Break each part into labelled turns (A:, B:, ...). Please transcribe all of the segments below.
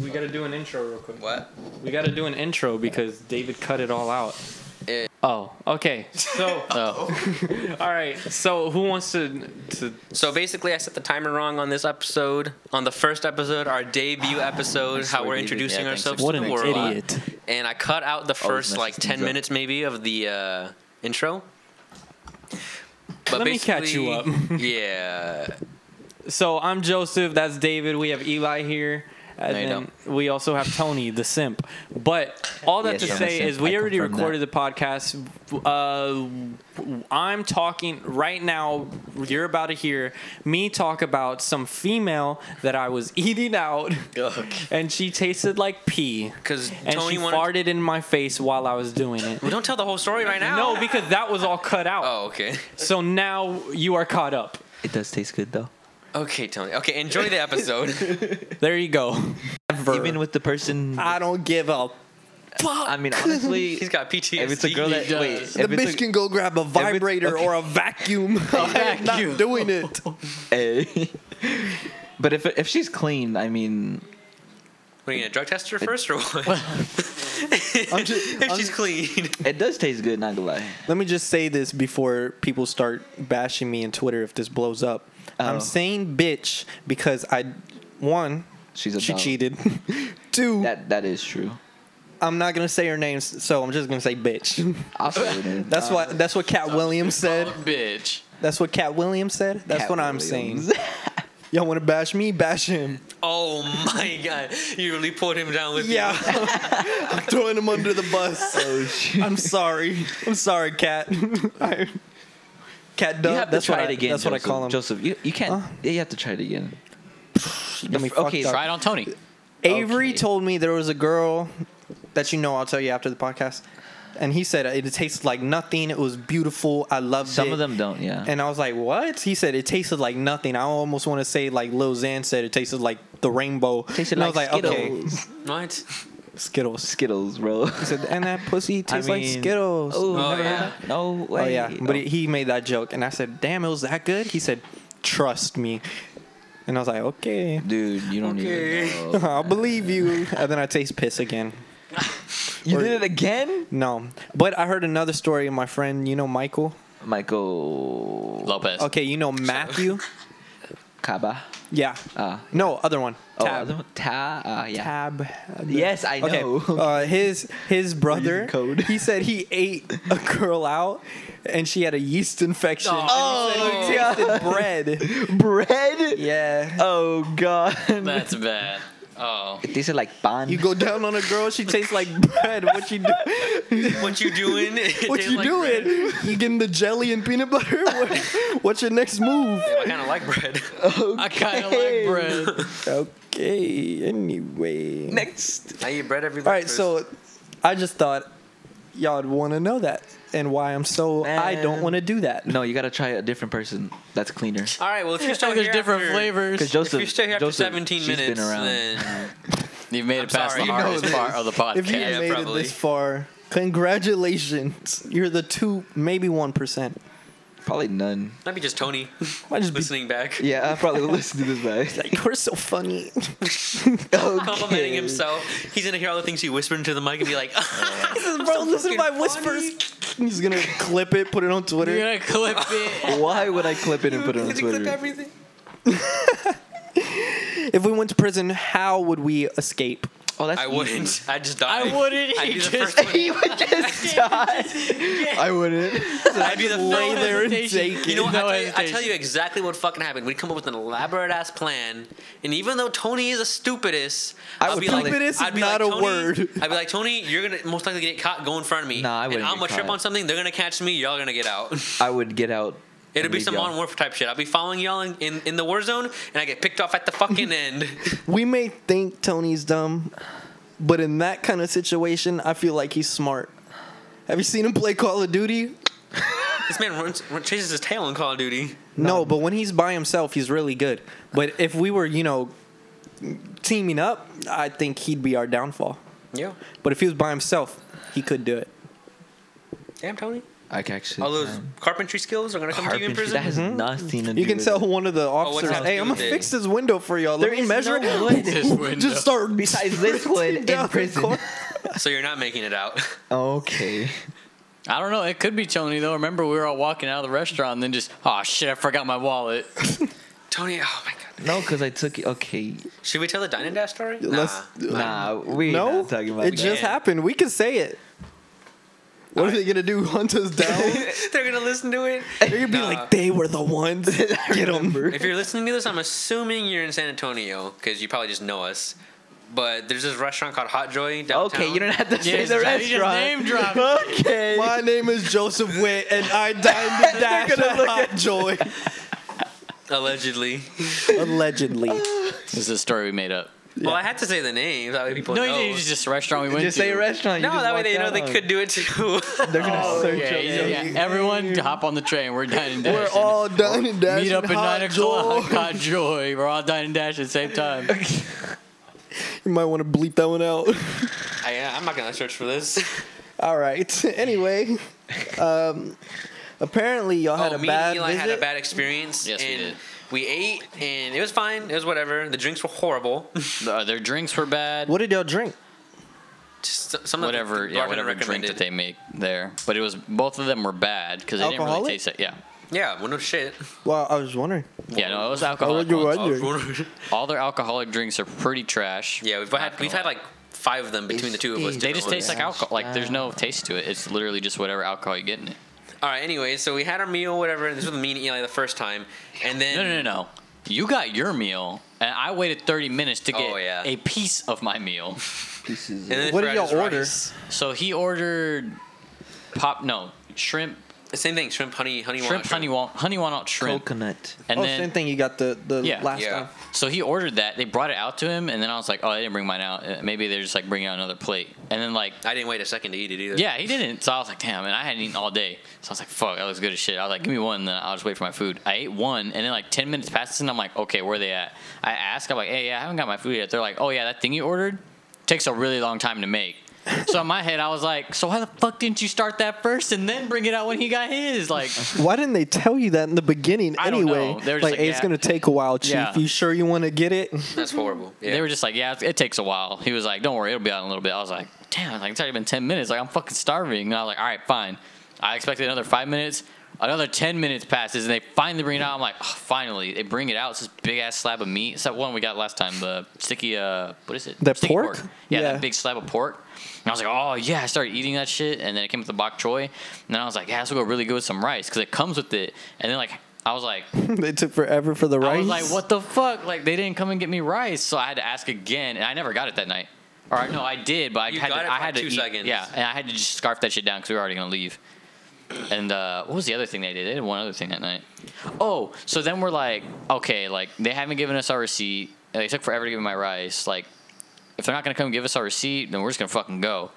A: we got to do an intro real quick.
B: What?
A: We got to do an intro because David cut it all out.
B: Eh.
A: oh, okay. So,
B: Oh.
A: all right. So, who wants to to
B: So basically, I set the timer wrong on this episode, on the first episode, our debut episode, how
C: where
B: we're
C: David-
B: introducing
C: yeah, thanks
B: ourselves
C: for
B: to the
C: explaining.
B: world.
C: What an
B: And I cut out the first
C: messed
B: like
C: things
B: ten
C: up.
B: minutes maybe of the uh, intro. But
A: Let me catch you
B: basically, yeah,
A: So, I'm Joseph. That's David. We have Eli here. And
B: No, you
A: then we also have Tony, the simp. But all that
C: Yes,
A: to
C: I'm a
A: say
C: simp.
A: is we
C: I
A: already
C: confirm
A: recorded the podcast. Uh, I'm talking right now. You're about to hear me talk about some female that I was eating out. and she tasted like pee.
B: because
A: And
B: Tony
A: she
B: wanted.
A: farted in my face while I was doing it.
B: Well, don't tell the whole story right now.
A: No, because that was all cut out.
B: Oh, okay.
A: So now you are caught up.
C: It does taste good though.
B: Okay, Tony. Okay, enjoy the episode.
A: There you go.
C: Even with the person, I,
A: I don't give up.
C: mean, honestly,
B: He's got PTSD.
C: if it's a girl that wait, if
D: the
C: it's
D: bitch can go grab a vibrator
C: okay.
D: or a vacuum. I'm not doing it.
C: a, but if if she's clean, I mean,
B: What, are you gonna drug test her first or what?
D: I'm ju-
B: if
D: I'm-
B: she's clean.
C: it does taste good. Not gonna lie.
D: Let me just say this before people start bashing me on Twitter if this blows up.
C: Oh.
D: I'm saying bitch because I, one,
C: She's a
D: she
C: dog.
D: cheated. Two,
C: That that is true.
D: I'm not gonna say her name, so I'm just gonna say bitch.
C: I'll say it in.
D: That's what that's what Cat Williams said.
E: bitch.
D: That's what Cat Williams said. That's
C: Cat
D: what I'm
C: Williams.
D: saying. Y'all want to bash me? Bash him.
B: Oh my god, you really pulled him down with
D: Yeah, I'm throwing him under the bus. I'm sorry. I'm sorry, cat. I- cat
C: You
D: dub.
C: have to
D: that's
C: try
D: what
C: it again.
D: I, That's
C: Joseph.
D: what I call him.
C: Joseph, you, you can't.
D: Huh?
C: Yeah, you have to try it again.
D: You got me
C: f-
D: fucked
C: okay,
D: up.
C: try
E: Try it on Tony.
D: Avery
C: Okay.
D: told me there was a girl that you know. I'll tell you after the podcast. And he said it tasted like nothing. It was beautiful. I loved it.
C: Some of them don't. Yeah.
D: And I was like, "What?" He said it tasted like nothing. I almost want to say like Lil Xan said it tasted like the rainbow.
C: tasted
D: and
C: like,
D: I was like, "Okay,
C: Skittles.
B: What?
D: Skittles."
C: Skittles, bro.
D: He said, and that pussy tastes like
A: mean-
D: Skittles.
B: Oh,
C: never heard
B: yeah.
C: that? No way.
D: Oh yeah, but he, he made that joke, and I said, "Damn, it was that good." He said, "Trust me," and I was like, "Okay,
C: dude, you don't even know.
D: I'll believe you." And then I taste piss again.
C: You
D: Or-
C: did it again,
D: No, but I heard another story of my friend. You know Michael?
C: Michael
E: Lopez.
D: Okay, you know Matthew?
C: Kaba.
D: Yeah.
C: Ah.
D: No, other one.
C: Oh,
D: Tab.
C: other one? Ta, uh, yeah.
D: Tab.
C: Yes, I
D: Okay.
C: know.
D: Uh, his his brother.
C: code.
D: He said he ate a girl out, and she had a yeast infection.
E: Oh,
D: and he said he tasted bread.
C: Bread?
D: Yeah.
C: Oh god.
E: That's bad. Oh.
C: It tasted like bun.
D: You go down on a girl, she tastes like bread. What you do?
B: What you doing?
D: What you doing? You getting the jelly and peanut butter? What, what's your next move?
B: I kind of like bread.
E: I kind of like bread.
D: Okay. Anyway.
C: next.
B: I eat bread every.
D: All right. So, I just thought y'all would want to know that and why I'm so I don't
C: Man.
D: want to do that.
C: No, you gotta try a different person that's cleaner.
B: All right. Well, if you're still
E: There's
B: here
E: different
B: after,
C: Because
E: flavors.
C: Joseph,
B: if you're still here after
C: Joseph,
B: 17
C: she's
B: minutes,
C: been around.
B: then
E: You've made it
B: I'm
E: past
B: sorry.
E: the
B: You know
E: hardest
D: this.
E: part of the
D: If you
E: podcast.
B: Yeah,
D: made
B: probably.
D: it this far, congratulations. You're the two, maybe one percent.
C: Probably none.
B: that'd be just Tony
D: Might just be
B: listening back,
C: Yeah, I probably will listen to this back.
D: like, you're so funny.
B: complimenting himself. He's gonna hear all the things he whispered into the mic and be like,
D: Bro, listen to my whispers. He's gonna clip it, put it on
E: You're
D: Twitter.
E: gonna clip it.
C: Why would I clip it and put it on
B: "Did you clip
C: Twitter?
B: everything?"
D: If we went to prison, how would we escape?
C: Oh, that's
B: I wouldn't. I just
E: I
B: die.
E: wouldn't.
B: I'd
E: He
B: be the
E: just-
B: first one.
C: He would just die. I wouldn't.
B: I'd be the
E: No
B: first one.
D: there and
E: hesitation.
D: take
B: You know, what? I,
E: No
B: tell you, I
E: hesitation.
B: tell you exactly what fucking happened. We'd come up with an elaborate ass plan, and even though Tony is the stupidest,
C: I
B: I'd
C: would
B: be like,
D: Stupidest
B: I'd
D: is
B: be
D: not
B: like,
D: a
B: Tony,
D: word.
B: I'd be like, Tony, you're gonna most likely get caught going in front of me.
C: Nah, I
B: And
C: wouldn't
B: I'm
C: get
B: gonna trip
C: caught.
B: on something. They're gonna catch me. Y'all gonna get out.
C: I would get out.
B: It'll
C: and
B: be
C: leave
B: some
C: y'all.
B: modern warfare type shit. I'll be following y'all in, in, in the war zone, and I get picked off at the fucking end.
D: We may think Tony's dumb, but in that kind of situation, I feel like he's smart. Have you seen him play Call of Duty?
B: this man runs, run, chases his tail in Call of Duty.
D: No, but when he's by himself, he's really good. But if we were, you know, teaming up, I think he'd be our downfall.
B: Yeah.
D: But if he was by himself, he could do it.
B: Damn, Tony.
C: I can actually.
B: All those carpentry skills are gonna come to you in
C: carpentry.
B: prison.
C: That has nothing to do.
D: You can
C: with
D: tell
C: it.
D: one of the
B: Oh, what's
D: officers,
B: that
D: "Hey,
B: do
D: I'm gonna
B: with it?
D: fix this window for y'all. Let
C: There
D: me
C: is
D: measure
C: no
D: it.
C: wood in
E: this window.
D: Just start
C: Besides this wood in
D: down the
C: prison.
D: corner.
B: so you're not making it out.
C: Okay.
E: I don't know. It could be Tony though. Remember, we were all walking out of the restaurant and then just, oh shit, I forgot my wallet.
B: Tony, oh my god.
C: No, because I took. Okay.
B: Should we tell the dine and dash story?
D: Let's-
B: Nah.
C: Nah, we
D: No,
C: not talking about
D: it just
B: Yeah.
D: happened. We can say it. What are they gonna do? Hunt us down?
B: They're gonna listen to it.
D: They're gonna be like, they were the ones. Get them.
B: If you're listening to this, I'm assuming you're in San Antonio because you probably just know us. But there's this restaurant called Hot Joy downtown.
C: Okay, you don't have to say
E: Yes,
C: the
E: you just
C: restaurant.
E: name dropped.
C: Okay.
D: My name is Joseph Witt, and I dined and dashed at Hot Joy.
B: allegedly.
D: Allegedly,
E: This is a story we made up.
B: Well, I had to say the name that way people
E: No, you
B: know.
E: didn't. It's just a restaurant we went
C: Just
E: to.
C: say restaurant. you
B: no,
C: just
B: that way
C: walk
B: they know
C: out
B: they
C: on it.
B: could do it too.
D: they're gonna search
E: Oh, Yeah,
D: us.
E: yeah, yeah. Everyone, hop on the train. We're dining dash.
D: We're all done and dashed.
E: meet up at
D: Hot
E: nine o'clock.
D: Joy.
E: Hot joy. We're all dining dash at the same time.
D: You might want to bleep that one out.
B: I, am not gonna search for this.
D: All right. Anyway, um, apparently y'all had
B: oh,
D: a
B: me
D: bad
B: and Eli
D: visit.
B: had a bad experience.
E: Yes, we
B: and
E: did.
B: we ate and it was fine. It was whatever. The drinks were horrible.
E: Uh, their drinks were bad.
D: what did y'all drink?
B: Just s- some of the-
E: whatever,
B: the
E: yeah,
B: bartender
E: whatever drink that
B: recommended.
E: they make there. But it was both of them were bad because they didn't really
D: Alcoholic?
E: taste it. Yeah,
B: Yeah, well, no shit.
D: Well, I was wondering.
E: yeah, no, it was
D: Oh,
E: alcoholic.
D: you
E: ones.
D: wondering?
E: All their alcoholic drinks are pretty trash.
B: yeah, we've
E: Not
B: had
E: gonna
B: we've had
E: lie.
B: like five of them between the two of us.
E: They
B: different
E: just taste like alcohol. Like there's no taste to it. It's literally just whatever alcohol you get in it.
B: All right. Anyway, so we had our meal, whatever. This was me and Eli the first time, and then
E: No, no, no, no. You got your meal, and I waited 30 minutes to get
B: Oh, yeah.
E: a piece of my meal.
B: And then
D: What
B: for
D: did
B: us,
D: y'all order?
B: rice.
E: So he ordered pop, no, shrimp,
B: Same thing, shrimp, honey, honey, walnut
E: shrimp, honey, wa- honey walnut shrimp.
C: Coconut.
E: And
D: oh,
E: then,
D: same thing. You got the the
E: Yeah.
D: last
B: Yeah.
D: time.
E: So he ordered that. They brought it out to him, and then I was like, "Oh, I didn't bring mine out. Uh, Maybe they're just like bringing out another plate." And then like,
B: I didn't wait a second to eat it either.
E: yeah, he didn't. So I was like, "Damn!" And I hadn't eaten all day, so I was like, "Fuck, that looks good as shit." I was like, "Give me one, and then I'll just wait for my food." I ate one, and then like ten minutes passes, and I'm like, "Okay, where are they at?" I ask, I'm like, "Hey, yeah, I haven't got my food yet." They're like, "Oh yeah, that thing you ordered takes a really long time to make." so in my head, I was like, "So why the fuck didn't you start that first and then bring it out when he got his?" Like,
D: Why didn't they tell you that in the beginning?
E: I don't
D: anyway,
E: know. They were
D: like,
E: just like,
D: "Hey, it's
E: yeah.
D: gonna take a while, chief.
E: Yeah.
D: You sure you want to get it?
B: that's horrible. Yeah.
E: They were just like, yeah, it- it takes a while. He was like, don't worry, it'll be out in a little bit. I was like, damn, like it's already been ten minutes. Like I'm fucking starving. And I was like, all right, fine. I expected another five minutes. Another ten minutes passes, and they finally bring it out. I'm like, oh, finally, they bring it out. It's this big ass slab of meat. It's that one we got last time, the sticky. Uh, what is it?
D: The
E: Sticky
D: pork?
E: Yeah,
D: Yeah.
E: that big slab of pork. And I was like, oh yeah, I started eating that shit, and then it came with the bok choy, and then I was like, yeah, this will go really good with some rice because it comes with it. And then like, I was like,
D: they took forever for the rice.
E: I was like, what the fuck? Like, they didn't come and get me rice, so I had to ask again, and I never got it that night. Or I- no, I did, but I
B: You
E: had
B: got
E: to.
B: it
E: I
B: for
E: had to
B: two
E: eat,
B: seconds.
E: Yeah, and I had to just scarf that shit down because we were already gonna leave. And uh, what was the other thing they did? They did one other thing that night. Oh, so then we're like, okay, like they haven't given us our receipt. and They took forever to give me my rice. Like, if they're not gonna come give us our receipt, then we're just gonna fucking go.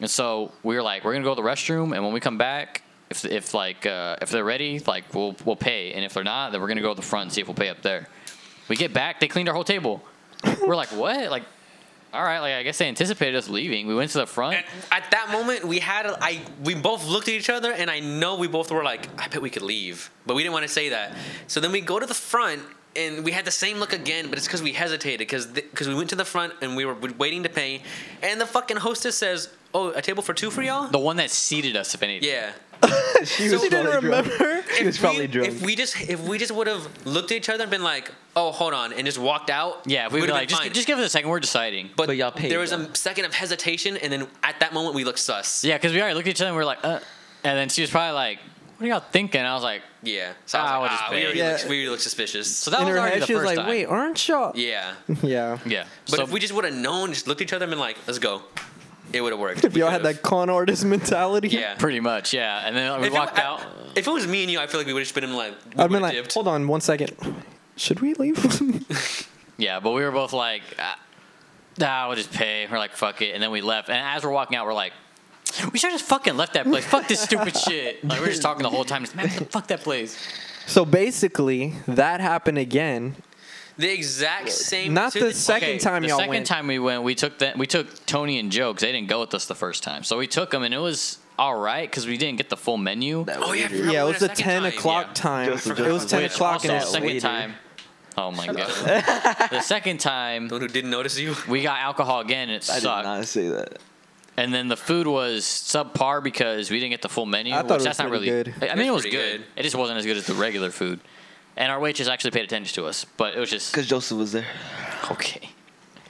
E: And so we were like, we're gonna go to the restroom, and when we come back, if if like uh, if they're ready, like we'll we'll pay, and if they're not, then we're gonna go to the front and see if we'll pay up there. We get back, they cleaned our whole table. we're like, what? Like, all right, like I guess they anticipated us leaving. We went to the front.
B: And at that moment, we had a, I we both looked at each other, and I know we both were like, "I bet we could leave," but we didn't want to say that. So then we go to the front, and we had the same look again, but it's because we hesitated, because because we went to the front and we were waiting to pay, and the fucking hostess says, "Oh, a table for two for y'all."
E: The one that seated us, if anything.
B: yeah.
C: She
B: was
D: You didn't
C: probably drunk.
D: remember?
C: She was
B: If
C: probably
B: we,
C: drunk.
B: If we just if we just would have looked at each other and been like, "Oh, hold on," and just walked out.
E: Yeah, we were
B: would've
E: like,
B: been
E: just,
B: fine.
E: just give us a second. We're deciding.
B: But,
C: But y'all paid,
B: There was
C: though.
B: a second of hesitation, and then at that moment we looked sus.
E: Yeah, because we already looked at each other and we were like, uh. And then she was probably like, what are y'all thinking? I was like,
B: Yeah. So
E: Ah,
B: I was
E: we'll
B: like,
E: just
B: ah,
E: pay."
B: we, already
D: Yeah.
B: look, we already look suspicious.
E: so that
D: In
E: was
D: her
E: already
D: head,
E: the
D: she was
E: first
D: like,
E: time.
D: "Wait, aren't y'all?"
B: Yeah.
D: Yeah.
E: Yeah.
B: But
E: so,
B: if we just would have known, just looked at each other and been like, let's go, it would have worked.
D: If
B: We
D: y'all had
B: could've.
D: that con artist mentality,
B: Yeah.
E: pretty much, yeah. And then we
B: If it-
E: walked
B: I-
E: out.
B: if it was me and you, I feel like we would have just been like, we
D: I'd been
B: would've
D: like,
B: dipped.
D: "Hold on, one second. Should we leave?"
E: Yeah, but we were both like, ah, nah, we'll just pay. We're like, fuck it. And then we left. And as we're walking out, we're like, we should have just fucking left that place. Fuck this stupid shit. Like, we we're just talking the whole time. Just, Man, fuck that place.
D: so basically, that happened again.
B: the exact same.
D: Not
B: to
D: the second time
E: the
D: y'all
E: second
D: went.
E: time we went, we took that. We took Tony and Joe because they didn't go with us the first time. So we took them, and it was all right because we didn't get the full menu.
B: Oh yeah, I forgot
D: Yeah,
B: we
D: it
B: went
D: was the
B: a second
D: ten
B: time,
D: o'clock
B: yeah.
D: time.
C: Just-
D: It was
C: just-
D: ten
E: Which
D: o'clock
E: also
D: and
E: the
D: that
E: second
D: later.
E: time. Oh my god. the second time
B: The one who didn't notice you.
E: we got alcohol again and it
C: I did
E: sucked.
C: not say that.
E: And then the food was subpar because we didn't get the full menu,
D: I
E: which
D: thought it was
E: that's not really
D: pretty good.
E: I mean it
B: It
E: was
B: was
E: good.
B: pretty good.
E: It just wasn't as good as the regular food. And our waitress actually paid attention to us, but it was just
C: Because Joseph was there.
E: okay.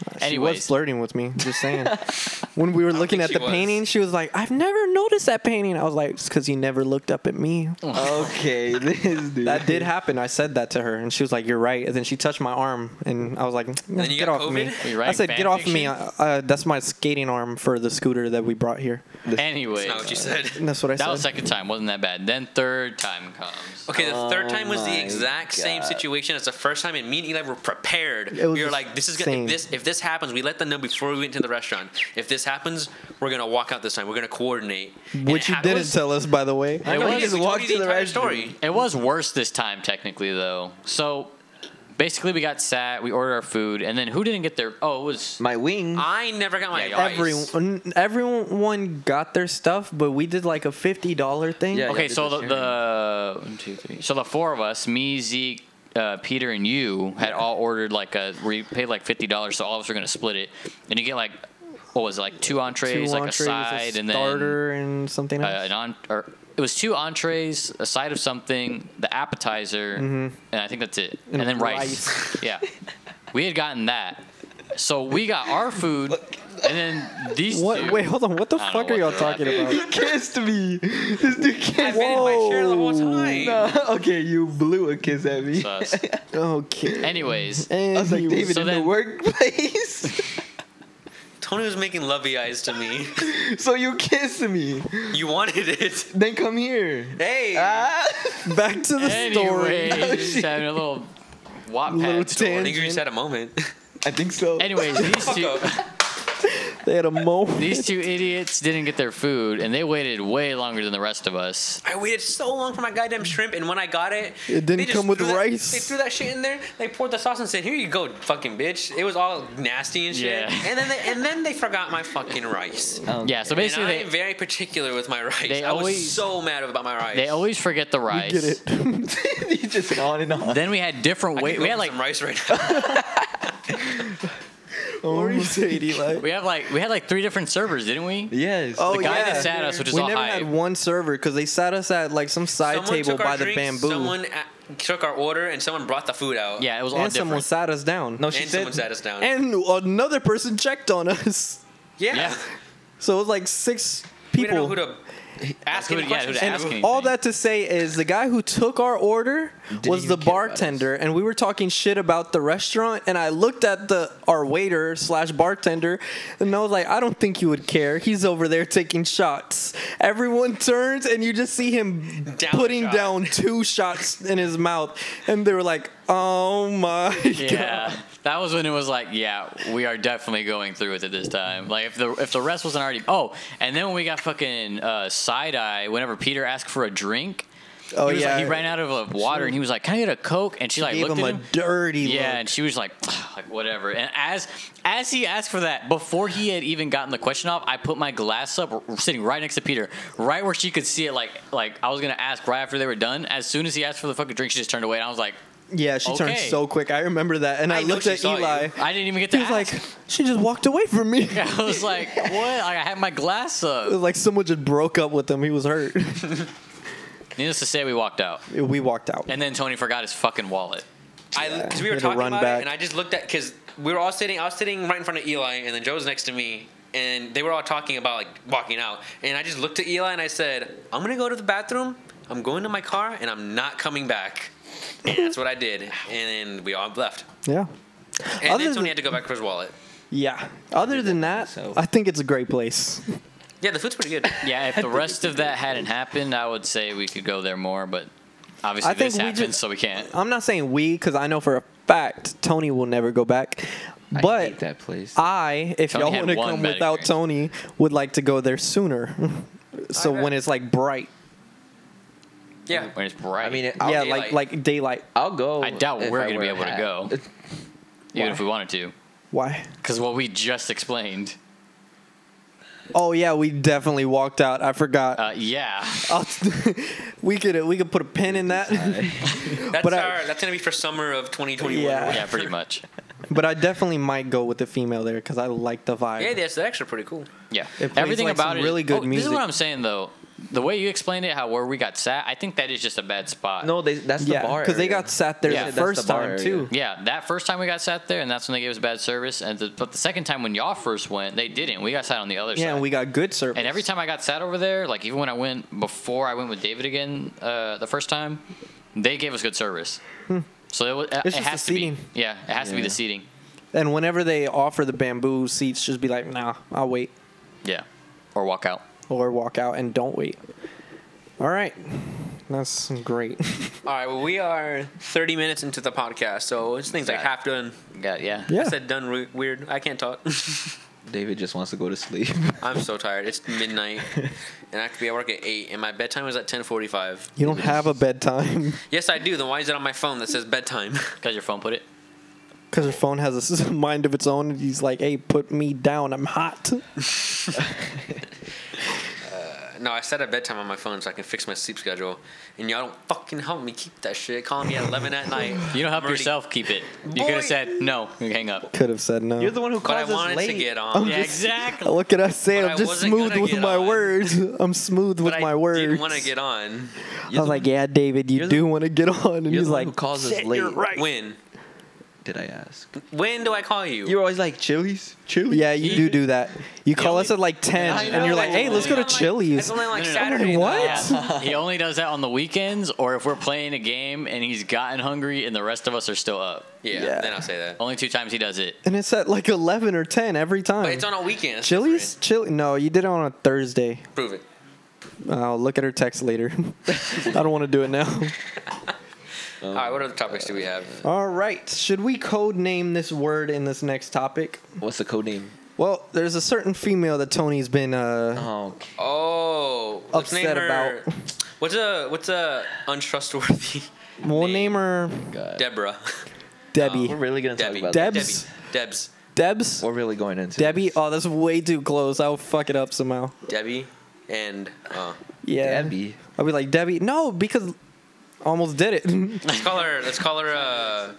D: She was
E: Anyways,
D: flirting with me. Just saying. when we were looking
B: think
D: at
B: she
D: the
B: was.
D: painting, she was like, "I've never noticed that painting." I was like, "It's because you never looked up at me."
C: okay, this dude.
D: That did happen. I said that to her, and she was like, "You're right." And then she touched my arm, and I was like,
B: then you
D: "Get
B: got
D: off of me!"
B: COVID?
E: Were you
D: I
E: writing
D: said,
E: fan
D: "Get off of me!"
E: fiction?
D: Uh, uh, that's my skating arm for the scooter that we brought here.
E: anyways,
B: That's not what you said.
D: And that's what I
E: that
D: said.
E: was second time, wasn't that bad. Then third time comes.
B: Okay, the third time was
C: Oh my
B: the exact same
C: God.
B: situation as the first time, and me and Eli were prepared.
D: It was
B: we were
D: the
B: like, "This is gonna
D: same.
B: if this if this happens, we let them know before we went to the restaurant. If this happens, we're gonna walk out this time. We're gonna coordinate." And
D: Which
B: it
D: you
B: hap-
D: didn't
B: was-
D: tell us, by the way.
B: I know, we
E: was-
B: did.
E: just
B: We told
C: walked
B: you
C: to
B: the
C: the
B: entire
C: restroom.
B: story.
E: It was worse this time, technically, though. So basically, we got sat, we ordered our food, and then who didn't get their? Oh, it was
C: My wing.
B: I never got my
E: Yeah,
B: advice.
D: Everyone, everyone got their stuff, but we did like a fifty dollar thing.
C: Yeah.
E: okay.
C: they
E: So
C: just
E: the, the one, two, three. So the four of us, me, Zeke, uh, Peter, and you, had all ordered like a we paid like fifty dollars, so all of us were gonna split it, and you get like what was it like two entrees, like a side, and then
D: starter, and something
E: uh,
D: else.
E: an on or. It was two entrees, a side of something, the appetizer, and I think that's it. Mm-hmm. And, then rice. yeah. We had gotten that. So we got our food, and then these
D: what?
E: two.
D: Wait, hold on. What the
E: I don't
D: fuck
E: know
D: are y'all
E: what
D: talking
E: they're at.
D: about?
C: kissed me. This dude
B: I've
C: kissed
B: been in my chair the whole
D: Whoa.
B: time.
C: No, okay, you blew a kiss at me.
E: us.
D: Okay.
E: Anyways,
D: And
C: I was like, David,
E: So
C: in
E: then-
C: the workplace.
B: Tony was making lovey eyes to me.
C: so you kiss me.
B: you wanted it.
D: Ah,
C: Then come here.
B: Hey,
C: Ah.
D: back to the story.
E: anyways, just having Oh, a little Wattpad
D: Little
E: story.
B: I
D: tan-
B: think you just had a moment.
C: I think so.
E: Anyways, these
B: Fuck
E: two,
B: up.
D: They had a moment.
E: these two idiots didn't get their food, and they waited way longer than the rest of us.
B: I waited so long for my goddamn shrimp, and when I got it,
D: It didn't
B: they just
D: come with
B: threw that-
D: rice.
B: They threw that shit in there. They poured the sauce and said, "Here you go, fucking bitch." It was all nasty and shit.
E: Yeah.
B: And then they, and then they forgot my fucking rice.
E: Yeah,
B: Basically,
E: so basically
B: and I am
E: they,
B: very particular with my rice.
E: they
B: I was
E: always-
B: so mad about my rice.
E: they always forget the rice.
D: Get it?
C: you just on and on.
E: Then we had different
B: I could
E: wait.
B: go
E: We had
B: for
E: like
B: some rice right now.
D: What were you saying, Eli?
E: we have like we had like three different servers, didn't we?
C: Yes.
D: Oh,
E: the guy
D: yeah.
E: that sat us, which is
D: we
E: all
D: never
E: hype.
D: had one server because they sat us at like some side
B: Someone
D: table
B: took our
D: by the
B: drinks,
D: bamboo,
B: Someone a- took our order, and someone brought the food out.
E: yeah, it was all
D: and someone
E: different.
D: sat us down.
C: No, she
B: And someone
C: said.
B: sat us down.
D: and another person checked on us.
B: yeah.
E: yeah,
D: So it was like six
B: We didn't know
D: people.
B: who to ask
E: Who-
B: any
E: yeah, who
B: questions.
E: to ask
B: to.
E: anything.
D: All that to say is the guy who took our order was
C: even
D: the
C: care about
D: bartender, and we were talking shit about the restaurant. And I looked at the our waiter slash bartender, and I was like, I don't think you would care. He's over there taking shots. Everyone turns, and you just see him
B: Down
D: putting
B: shot.
D: down two shots in his mouth, and they were like, Oh my god.
E: yeah. That was when it was like, yeah, we are definitely going through with it this time. Like if the if the rest wasn't already. Oh, and then when we got fucking uh, side eye, whenever Peter asked for a drink,
D: Oh
E: he, was
D: yeah,
E: like, he ran out of uh, water and he was like, "Can I get a coke?" And she like
D: Gave
E: looked
D: him
E: at
D: a
E: him.
D: dirty
E: yeah,
D: look.
E: and she was like, like whatever. And as as he asked for that, before he had even gotten the question off, I put my glass up, r- sitting right next to Peter, right where she could see it. Like like I was gonna ask right after they were done. As soon as he asked for the fucking drink, she just turned away, and I was like,
D: Yeah, she turned
E: Okay.
D: so quick. I remember that, and I,
B: I know
D: looked
B: she
D: at
B: saw you.
D: Eli.
E: I didn't even get to.
D: He was
E: ask.
D: like, she just walked away from me.
E: I was like, what? Like, I had my glass
D: It was
E: up.
D: like someone just broke up with him. He was hurt.
E: Needless to say, we walked out.
D: we walked out.
E: And then Tony forgot his fucking wallet.
B: I because we
D: You
B: were
D: had to
B: talking
D: run
B: about
D: back.
B: it, and I just looked at because we were all sitting. I was sitting right in front of Eli, and then Joe was next to me, and they were all talking about like walking out. And I just looked at Eli and I said, "I'm gonna go to the bathroom. I'm going to my car, and I'm not coming back." And that's what I did, and then we all left.
D: yeah.
B: And
D: Other
B: then Tony
D: than-
B: had to go back for his wallet.
D: Yeah. Other than that, I think it's a great place.
B: Yeah, the food's pretty good.
E: Yeah, if the rest of that hadn't happened, I would say we could go there more, but obviously
D: I think
E: this
D: we
E: happened,
D: just-
E: so we can't.
D: I'm not saying we, because I know for a fact Tony will never go back. But I,
C: hate that
D: if
C: place.
E: Tony
D: y'all
E: had
D: want to
E: one
D: come
E: bad
D: without
E: experience.
D: Tony, would like to go there sooner. so
B: bet.
D: when it's like bright.
B: Yeah,
E: When it's bright.
C: I mean, I'll,
D: Yeah,
C: yeah,
D: like
B: daylight.
D: like daylight.
C: I'll go.
E: I doubt
C: if
E: we're
C: I
E: gonna be
C: wear a
E: able to
C: hat.
E: go. even if we wanted to.
D: Why?
E: Because what we just explained.
D: Oh yeah, we definitely walked out. I forgot.
E: Uh, yeah.
D: I'll- we could we could put a pin in that.
B: That's
D: But I-
B: our. that's gonna be for summer of 2021.
D: Yeah.
E: Yeah, pretty much.
D: but I definitely might go with the female there because I like the vibe.
B: Yeah, that's actually pretty cool.
E: Yeah.
D: It plays,
E: Everything
D: like,
E: about
D: some
E: it.
D: really good
E: oh, This is
D: music.
E: what I'm saying though. The way you explained it, how where we got sat, I think that is just a bad spot.
C: No, they, that's the
D: yeah,
C: bar.
D: because they
C: area.
D: got sat there
E: Yeah,
D: the
E: that's
C: the
D: first
C: bar
D: time
C: area.
D: too.
E: Yeah, that first time we got sat there, and that's when they gave us bad service. And the, but the second time when y'all first went, they didn't. We got sat on the other side.
D: Yeah, and we got good service.
E: And every time I got sat over there, like even when I went before I went with David again uh, the first time, they gave us good service. So it was. It,
D: It's just Hmm. the
E: has
D: seating.
E: to be. Yeah, it has to be
C: Yeah.
E: the seating.
D: and whenever they offer the bamboo seats, just be like, nah, I'll wait
E: Yeah, or walk out.
D: or walk out and don't wait. All right, that's great.
B: All right, well, we are 30 minutes into the podcast, so it's things like
E: Got it.
B: half done.
E: Got yeah.
D: Yeah.
B: I said done re- weird. I can't talk.
C: David just wants to go to sleep.
B: I'm so tired. It's midnight, and I have to be at work at eight, and my bedtime is at 10:45.
D: You don't have a bedtime
B: Yes, I do. Then why is it on my phone that says bedtime?
E: Because your phone put it.
D: because your phone has a s- mind of its own. And he's like, hey, put me down. I'm hot.
B: no, I set a bedtime on my phone so I can fix my sleep schedule, and y'all don't fucking help me keep that shit. Calling me at 11 at night.
E: You don't help
B: I'm already-
E: yourself keep it. You
B: Boy-
E: could have said no. You hang up.
D: Could have said no.
C: You're the one who
B: But I
C: calls us
B: wanted
C: late.
B: to get on.
E: Yeah, exactly.
D: Look at us saying
B: But
D: I'm
B: I
D: just
B: wasn't
D: smooth
B: gonna
D: with
B: get
D: my
B: on.
D: words. I'm smooth with
B: But
D: my
B: I
D: words.
B: didn't want to get on.
D: I was like, yeah, David, you
C: you're
D: do
C: the-
D: want to get on, and
C: You're
D: he's
C: the one
D: like,
C: who calls us
D: "Shit, you're
C: late."
D: right."
B: When?
C: Did I ask?
B: When do I call you?
C: You were always like Chili's, Chili's.
D: Yeah, you do do that. You call
B: only-
D: us at like ten,
C: I
D: and you're
C: know.
D: like, "Hey, let's go to
B: It's only on, like-
D: Chili's."
B: It's only like
E: No, no, no.
B: Saturday.
D: Like,
B: though.
D: what?
E: Yeah, he only does that on the weekends or if we're playing a game and he's gotten hungry and the rest of us are still up.
B: Yeah,
D: Yeah. Oh.
B: then I'll say that.
E: Only two times he does it.
D: And it's at like eleven or ten every time.
B: But it's on a weekend. it's
D: Chili's, Chili. No, you did it on a Thursday.
B: different. Prove it.
D: I'll look at her text later. I don't want to do it now.
B: All right, what other topics do we have?
D: All right, should we code name this word in this next topic?
C: What's the code name?
D: Well, there's a certain female that Tony's been. Uh,
C: Oh, okay.
B: Oh, let's name
D: Upset
B: her-
D: about-
B: What's a what's a untrustworthy
D: we'll name Uh, her
C: God.
B: Deborah?
D: Debbie.
C: We're really gonna
B: Debbie.
C: talk
D: Deb-
C: about this.
D: Debs?
B: Debbie. Debs.
D: Debs.
C: We're really going into
D: Debbie.
C: this.
D: Oh, that's way too close. I'll fuck it up somehow.
B: Debbie. And uh,
D: Yeah.
C: Debbie.
D: I'll be like Debbie. No, because almost did it.
B: let's call her. Let's call her. Uh,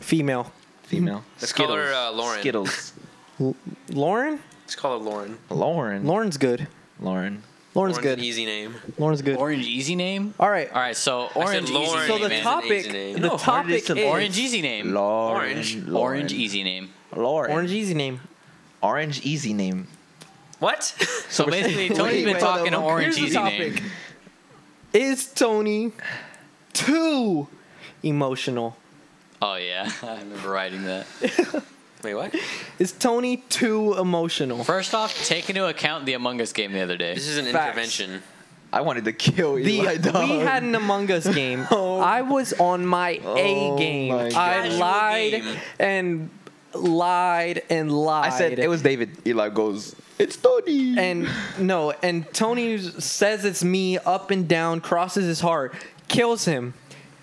D: Female.
C: Female.
B: Let's call her, uh, Lauren.
C: Skittles.
D: L- Lauren.
B: let's call her Lauren.
C: Lauren.
D: Lauren's good.
C: Lauren.
D: Lauren's
B: Lauren's
D: good.
B: An easy name.
D: Lauren's good.
E: Orange Easy name?
D: All right.
E: All right, so Orange
B: Lauren.
E: Easy
D: So the
E: name.
B: Lauren is an
D: topic.
B: easy name.
D: The
C: You know how hard it is
D: topic
C: to-
E: man.
D: is
E: Orange Easy name.
C: Lauren.
B: Orange.
C: Lauren.
E: Orange E. Easy name.
C: Lauren.
D: Orange E. easy name.
C: Orange easy name.
B: What?
E: So basically, Tony's
D: Wait,
E: been
D: wait, hold
E: talking to
D: on.
E: Orange
D: Here's the
E: Easy name.
D: topic. Is Tony too emotional?
E: Oh yeah, I remember writing that.
B: Wait, what?
D: Is Tony too emotional?
E: First off, take into account the Among Us game the other day.
B: This is an
D: Facts.
B: intervention.
C: I wanted to kill
D: The,
C: Eli dog.
D: we had an Among Us game.
C: Oh.
D: I was on my
C: Oh
D: A game.
C: my
D: I
B: God.
D: lied
B: Casual game.
D: and lied and
C: I
D: lied.
C: said it was David. Eli goes, it's Tony.
D: And no, and Tony says it's me up and down, crosses his heart, kills him.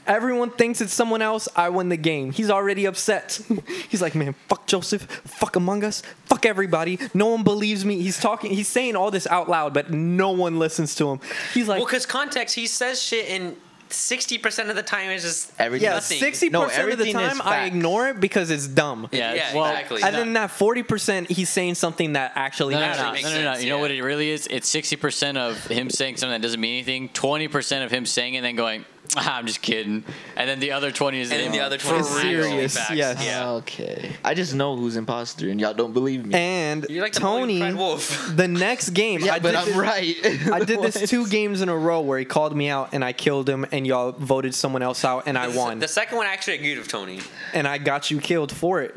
D: Everyone thinks it's someone else. I win the game. He's already upset. He's like, man, fuck Joseph, fuck Among Us, fuck everybody. No one believes me. He's talking, he's saying all this out loud, but no one listens to him. He's like,
B: Well, because context, he says shit, and sixty percent of the time is just
C: Everything.
D: yeah,
B: nothing.
D: sixty
C: No,
D: percent of the
C: everything is
D: time I
C: facts.
D: ignore it because it's dumb.
E: Yeah,
B: Yeah,
E: well,
B: exactly.
D: and then that forty percent, he's saying something that actually
E: No, no,
D: matters.
E: no,
B: makes
E: no, no, no.
B: sense,
E: You know
B: yeah.
E: what it really is? It's sixty percent of him saying something that doesn't mean anything. Twenty percent of him saying it and then going, ah, "I'm just kidding," and then the other twenty is
B: and
E: him
B: then the other
E: for
B: twenty is
E: real.
D: serious,
B: facts.
D: yes.
B: Yeah.
C: Okay. I just know who's imposter, and y'all don't believe me.
D: And
B: You're like the Tony.
D: Tony,
B: Cried wolf.
D: the next game,
C: yeah,
D: I
C: but
D: did
C: I'm
D: this-
C: right.
D: I did this two games in a row where he called me out and I killed him and y'all voted someone else out and I won
B: The second one I actually agreed with Tony.
D: and I got you killed for it.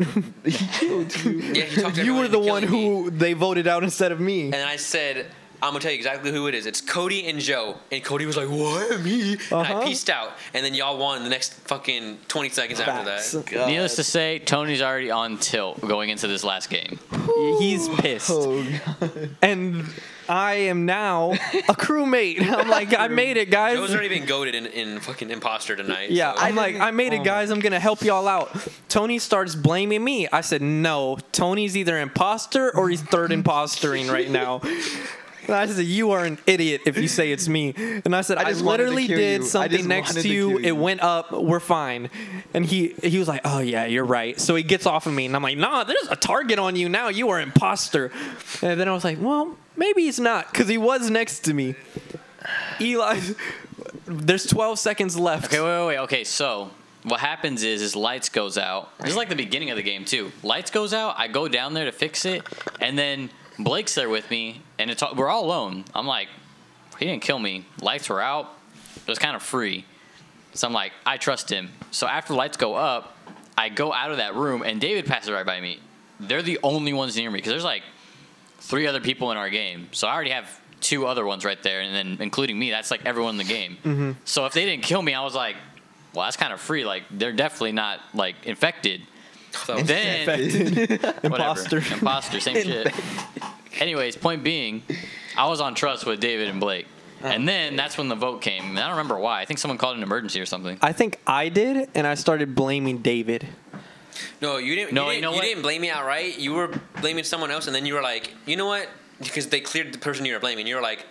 B: Yeah, he talked
D: you
B: everyone
D: were the
B: into
D: one
B: killing me.
D: who they voted out instead of me.
B: And then I said, I'm gonna tell you exactly who it is. It's Cody and Joe. And Cody was like, What me? And
D: Uh-huh.
B: I pieced out. And then y'all won the next fucking 20 seconds
D: Facts.
B: after that.
E: Needless to say, Tony's already on tilt going into this last game.
D: He's pissed.
C: Oh, God.
D: And I am now a crewmate. I'm like, I made it, guys.
B: Joe's already been goaded in, in fucking imposter tonight.
D: Yeah,
B: so-
D: I'm like, I made
C: Oh
D: it, guys. I'm gonna help y'all out. Tony starts blaming me. I said, no. Tony's either imposter or he's third impostering right now. And I said, you are an idiot if you say it's me. And I said, I,
C: just wanted to
D: literally
C: kill
D: did
C: you. I
D: something
C: just
D: next
C: wanted
D: to
C: to
D: you.
C: kill you.
D: It went up. We're fine. And he he was like, oh yeah, you're right. So he gets off of me, and I'm like, nah, there's a target on you now. You are imposter. And then I was like, well, maybe he's not because he was next to me. Eli, there's 12 seconds left.
E: Okay, wait, wait, wait. Okay, so what happens is, is lights goes out. This is like the beginning of the game too. Lights goes out. I go down there to fix it, and then Blake's there with me, and it's all, we're all alone. I'm like, he didn't kill me. Lights were out. It was kind of free, so I'm like, I trust him. So after lights go up, I go out of that room, and David passes right by me. They're the only ones near me because there's like three other people in our game. So I already have two other ones right there, and then including me, that's like everyone in the game. So if they didn't kill me, I was like, well, that's kind of free. Like they're definitely not like infected.
B: So-
E: then
D: Imposter.
E: Whatever. Imposter, same shit. Anyways, point being, I was on trust with David and Blake. And then that's when the vote came. And I don't remember why. I think someone called an emergency or something.
D: I think I did, and I started blaming David.
B: No, you didn't. you
E: No, you
B: didn't,
E: know
B: you
E: what?
B: didn't blame me outright. You were blaming someone else, and then you were like, you know what? Because they cleared the person you were blaming. You were like,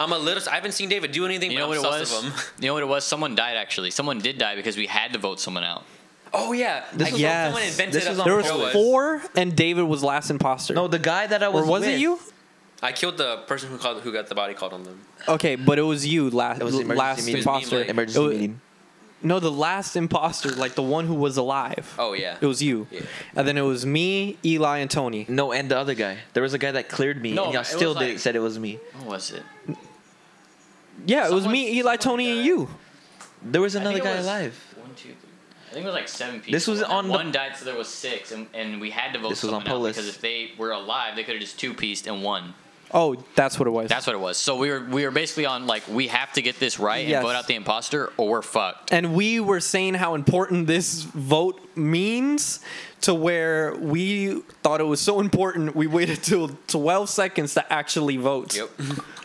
B: I'm a little. I haven't seen David do anything.
E: You
B: but
E: know what
B: I'm
E: it
B: sus of
E: was?
B: him.
E: You know what it was? Someone died actually. Someone did die because we had to vote someone out.
B: Oh yeah,
D: was
B: this
D: on-
B: someone
D: Yes.
B: invented
C: This
B: a-
C: was on
D: There
B: Oh,
D: was
B: it was.
D: four, and David was last imposter.
C: No, the guy that I was
D: or was
C: with-
D: it you?
B: I killed the person who called, who got the body called on them.
D: Okay, but it was you last.
C: It was the emergency
D: last
C: meeting.
D: imposter.
B: It was me, Mike.
C: Emergency
D: It wa-
C: meeting.
D: No, the last imposter, like the one who was alive.
B: Oh yeah,
D: It was you,
B: Yeah.
D: and then it was me, Eli, and Tony.
C: No, and the other guy. There was a guy that cleared me,
E: No,
C: and
E: it
C: y'all
E: was
C: still
E: like-
C: didn't said it was me.
E: What was it?
D: Yeah, it was
E: Someone-
D: me, Eli,
E: someone
D: Tony, and
E: died.
D: you.
C: There was
E: I think
C: another
E: it
C: guy
E: was
C: alive.
E: One, two, three. I think it was like seven people.
C: This was
E: and
C: on the-
E: one died, so there was six, and, and we had to vote.
C: This was on
E: someone out
C: Polis.
E: because if they were alive, they could have just two pieced and won.
D: Oh, that's what it was.
E: That's what it was. So we were we were basically on like we have to get this right
D: Yes.
E: and vote out the imposter, or we're fucked.
D: and we were saying how important this vote means to where we thought it was so important we waited till 12 seconds to actually vote
B: Yep.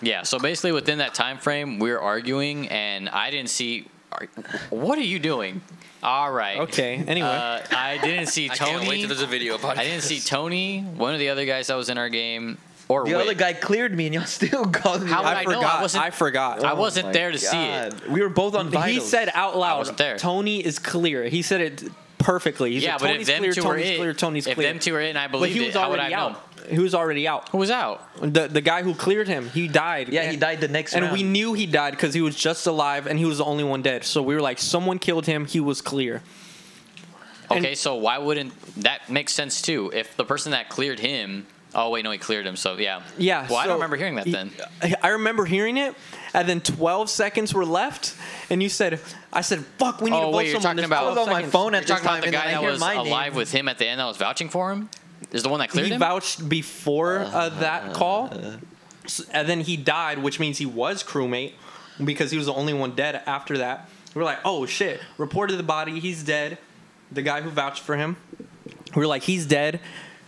E: Yeah. So basically, within that time frame, we were arguing, and I didn't see. are- What are you doing? All right.
D: okay anyway
E: Uh, I didn't see
B: I
E: Tony.
B: can't wait till there's a video about
E: I didn't see Tony, one of the other guys that was in our game, or
C: The
E: Wick.
C: other guy cleared me, and y'all still called me.
E: How would
C: out. Oh
E: I,
D: I,
E: know?
D: forgot.
E: I
D: I,
E: wasn't.
D: forgot.
E: I wasn't there to see it.
C: God. We were both on vitals.
D: he said out loud.
E: wasn't there.
D: Tony is clear. He said it perfectly. He
E: yeah,
D: said,
E: but
D: Tony's
E: if them
D: clear,
E: two were
D: Tony's
E: it,
D: clear. Tony's
E: if
D: clear.
E: them two were it, and I
D: but
E: believed
D: he was
E: it, how would I
D: already
E: have known?
D: out. He was already out.
E: Who was out?
D: The the guy who cleared him, he died.
C: Yeah, he
D: And-
C: died the next
D: And
C: round.
D: we knew he died because he was just alive and he was the only one dead. So we were like, someone killed him. He was clear. And-
E: Okay, so why wouldn't that make sense too? If the person that cleared him, oh wait, no, he cleared him. So yeah.
D: Yeah.
E: Well, I
D: so
E: don't remember hearing that
D: he-
E: then.
D: I remember hearing it, and then 12 seconds were left, and you said, "I said, fuck, we need to
E: Oh,
D: vote
E: wait, you're
D: someone."
E: talking
D: There's
E: about- I was
D: 12
C: on my
D: seconds.
C: phone at
E: You're talking
C: time,
E: about the
C: and then
E: guy
C: I
E: that
C: hear
E: was
C: my name.
E: alive with him at the end that was vouching for him. Is the one that cleared
D: He
E: him?
D: vouched before uh, that call, s- and then he died, which means he was crewmate because he was the only one dead after that. We're like, oh shit! Reported the body. He's dead. The guy who vouched for him. We're like, he's dead.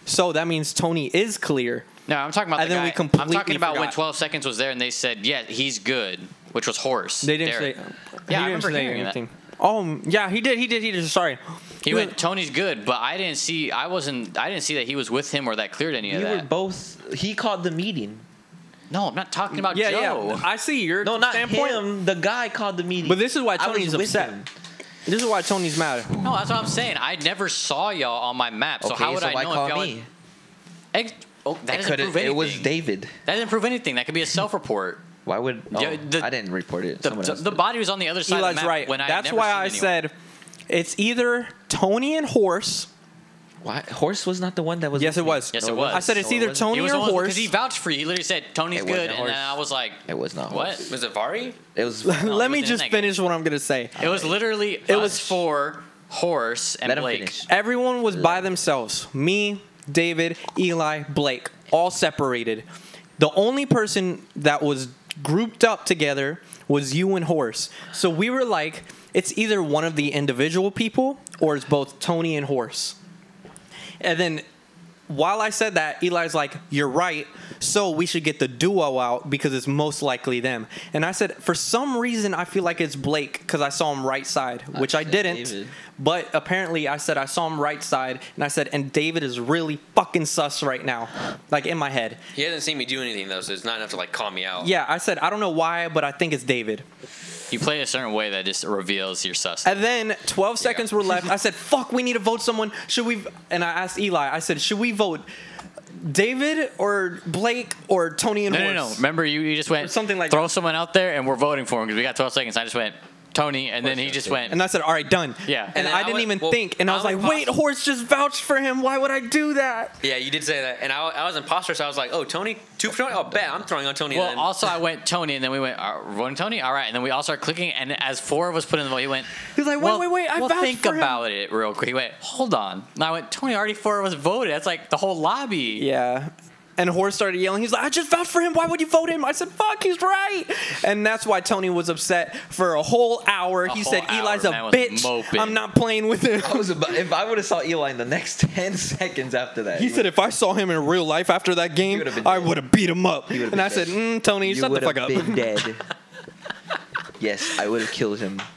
D: So that means Tony is clear.
E: no, I'm talking about
D: And
E: the
D: then we
E: guy. I'm
D: completely
E: talking about when
D: forgot.
E: 12 seconds was there and they said, "Yeah, he's good," which was horse.
D: They didn't
E: Derek.
D: say.
E: Yeah, I
D: he didn't
E: remember
D: say
E: hearing that.
D: anything. Oh mm, yeah, he did. He did. He did. Sorry.
E: He went, "Tony's good," but I didn't see. I wasn't. I didn't see that he was with him or that cleared any of
C: You were
E: that.
C: both. He called the meeting.
E: no, I'm not talking about
D: Yeah,
E: Joe.
D: yeah. I see your
C: No, not
D: standpoint.
C: him. The guy called the meeting.
D: But this is why
C: I was
D: Tony's
C: with
D: upset.
C: him.
D: This is why Tony's mad.
E: No, that's what I'm saying. I never saw y'all on my map, so
C: okay,
E: how would
C: so
E: I
C: why
E: know
C: call
E: if y'all?
C: me?
E: Ex- oh, that
C: It
E: doesn't
C: could've-
E: prove anything.
C: It was David.
E: that doesn't prove anything. That could be a self-report.
C: Why would? Oh,
E: Yeah, the-
C: I didn't report it.
E: The,
C: Someone
E: the,
C: else
E: the
C: did.
E: body was on the other side of
D: Eli's
E: the map
D: right.
E: when I had
D: That's
E: never
D: why
E: seen
D: I
E: anyone.
D: said it's either Tony and Horse.
C: Why? Horse was not the one that was.
D: Yes,
C: with
D: it
C: me.
D: was.
E: Yes,
C: No,
E: it was.
D: I said it's
C: No, it
D: either
C: wasn't.
E: He
D: Tony
E: was
D: or
E: the one because
D: Horse.
E: he vouched for you. He literally said Tony's
C: It
E: good,
C: wasn't
E: and then
C: horse.
E: I was like,
C: It was not.
E: what?
C: Horse.
B: Was it Vari?
C: It was.
D: Let
E: he
D: me
E: was in
D: just
E: that game.
D: finish what I'm gonna say.
E: It was literally it
D: was-
E: was for horse and
C: Let him
E: Blake.
C: finish.
D: Everyone was by themselves. Me, David, Eli, Blake, all separated. The only person that was grouped up together was you and Horse. So we were like, it's either one of the individual people or it's both Tony and Horse. And then while I said that, Eli's like, "You're right. So we should get the duo out because it's most likely them." And I said, "For some reason, I feel like it's Blake because I saw him right side, which I
C: said
D: didn't.
C: David.
D: But apparently, I said I saw him right side, and I said, and David is really fucking sus right now, like in my head.
B: He hasn't seen me do anything though, so it's not enough to like call me out.
D: Yeah, I said I don't know why, but I think it's David.
E: You play a certain way that just reveals your sus.
D: And then 12 seconds were left. I said, "Fuck, we need to vote someone. Should we?" And I asked Eli. I said, "Should we vote David or Blake or Tony and
E: No, no,
D: Horse?"
E: no. Remember, you, you just went
D: something like
E: throw
D: that.
E: someone out there, and we're voting for him because we got 12 seconds. I just went Tony, and then he just went.
D: And I said, "All right, done."
E: Yeah.
D: And,
E: And
B: then
D: I
B: I
D: didn't
B: would-
D: even
B: well,
D: think. And I was
B: I
D: like,
B: would
D: "Wait,
B: poss-
D: Horse just vouched for him. Why would I do that?"
B: Yeah, you did say that, and I, I was imposter, so I was like, "Oh, Tony, two for Tony. Oh, bet I'm throwing on Tony."
E: well,
B: then.
E: also I went Tony, and then we went uh, we're voting Tony. All right, and then we all started clicking, and as four of us put in the vote, he went.
D: He's like, "Wait,
E: well,
D: wait, wait, I
E: well,
D: vouched
E: think
D: for him."
E: about it real quick. He went, hold on. And I went, Tony, already four of us voted. That's like the whole lobby.
D: Yeah. And Horse started yelling. He's like, "I just vouched for him. Why would you vote him?" I said, "Fuck, he's right." And that's why Tony was upset for a whole hour. he
E: whole
D: said,
E: hour.
D: "Eli's a
E: Man was
D: bitch.
E: moping.
D: I'm not playing with him."
C: I was about, if I would have saw Eli in the next ten seconds after that,
D: He said if I saw him in real life after that game,
C: would've been
D: I
C: dead.
D: would have beat him up.
C: would've
D: And
C: been
D: I said,
C: dead.
D: mm, Tony, shut the
C: would've
D: fuck up.
C: Been dead. yes, I would have killed him.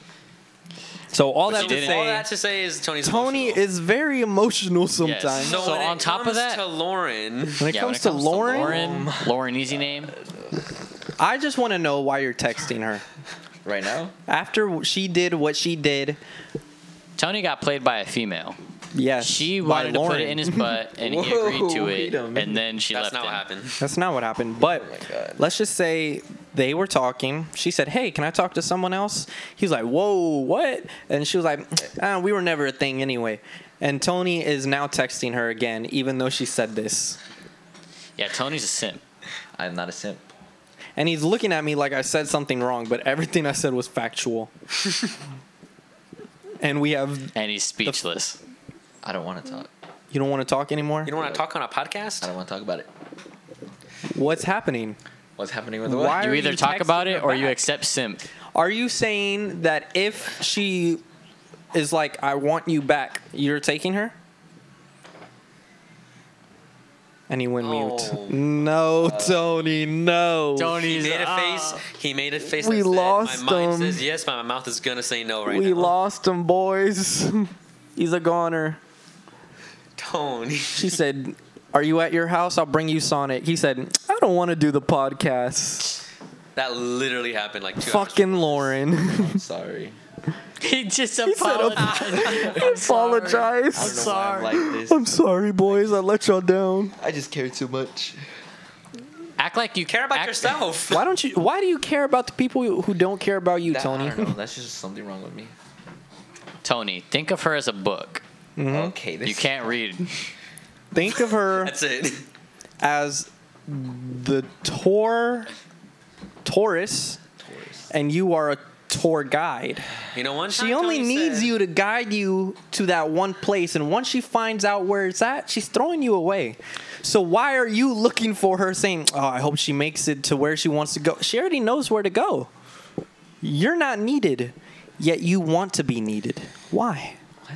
D: So all
E: But
D: that
E: you
D: to
E: didn't.
D: say,
B: all that to say is Tony's.
D: Tony
B: emotional.
D: is very emotional sometimes.
E: So
B: when
E: on
B: it
E: top of
B: comes
E: that-
B: to Lauren,
D: When it
E: Yeah,
D: comes to Lauren,
E: Lauren, Lauren, easy name.
D: I just want to know why you're texting her
C: Right now,
D: after she did what she did.
E: Tony got played by a female.
D: Yes,
E: She
D: by
E: wanted to put it
D: Lauren.
E: in his butt, and he
C: Whoa,
E: agreed to
C: wait
E: it,
C: a minute.
E: and then she
B: that's
E: left.
B: not what
E: him.
B: happened.
D: That's not what
E: Oh
D: happened. But
C: my God.
D: let's just say they were talking. She said, "Hey, can I talk to someone else?" He's like, "Whoa, what?" And she was like, ah, "We were never a thing anyway." And Tony is now texting her again, even though she said this.
E: Yeah, Tony's a simp.
C: I'm not a simp.
D: And he's looking at me like I said something wrong, but everything I said was factual. and we have
E: and he's speechless.
C: I don't want to talk.
D: you don't want to talk anymore.
B: You don't want to talk on a
C: I
B: podcast.
C: don't want to talk about it.
D: What's happening?
C: What's happening with the
D: Why
C: what?
D: are
E: you either
D: you
E: talk about
D: texting
E: it
D: her
E: or you
D: back?
E: accept simp.
D: Are you saying that if she is like, "I want you back," you're taking her? And he went
B: Oh.
D: mute. No, Tony, "Ah." no.
B: He
E: Tony's
B: made a face. He made a face.
D: We
B: that said,
D: lost
B: My mind
D: him.
B: says yes, but my mouth is gonna say no right
D: we
B: now.
D: lost him, boys. He's a goner.
B: Tony.
D: She said, "Are you at your house? I'll bring you Sonic." He said, "I don't want to do the podcast."
B: That literally happened like two
D: Fucking Lauren.
C: I'm sorry.
E: He just
D: said a-
E: apologized.
C: I don't
D: Apologize.
C: know why I'm like this.
D: I'm sorry, boys. I let y'all down.
C: I just cared too much.
E: Act like you
B: Care about
E: act-
B: yourself.
D: Why don't you? Why do you care about the people who don't care about you,
C: That-
D: Tony?
C: I don't know. That's just something wrong with me.
E: Tony, think of her as a book.
C: Okay, this
E: You can't read.
D: Think of her
B: That's it.
D: as the tour Taurus, and you are a tour guide.
B: You know, one time
D: She only
B: Tony
D: needs
B: said-
D: you to guide you to that one place, and once she finds out where it's at, she's throwing you away. So why are you looking for her? Saying, "Oh, I hope she makes it to where she wants to go." She already knows where to go. You're not needed, yet you want to be needed. Why?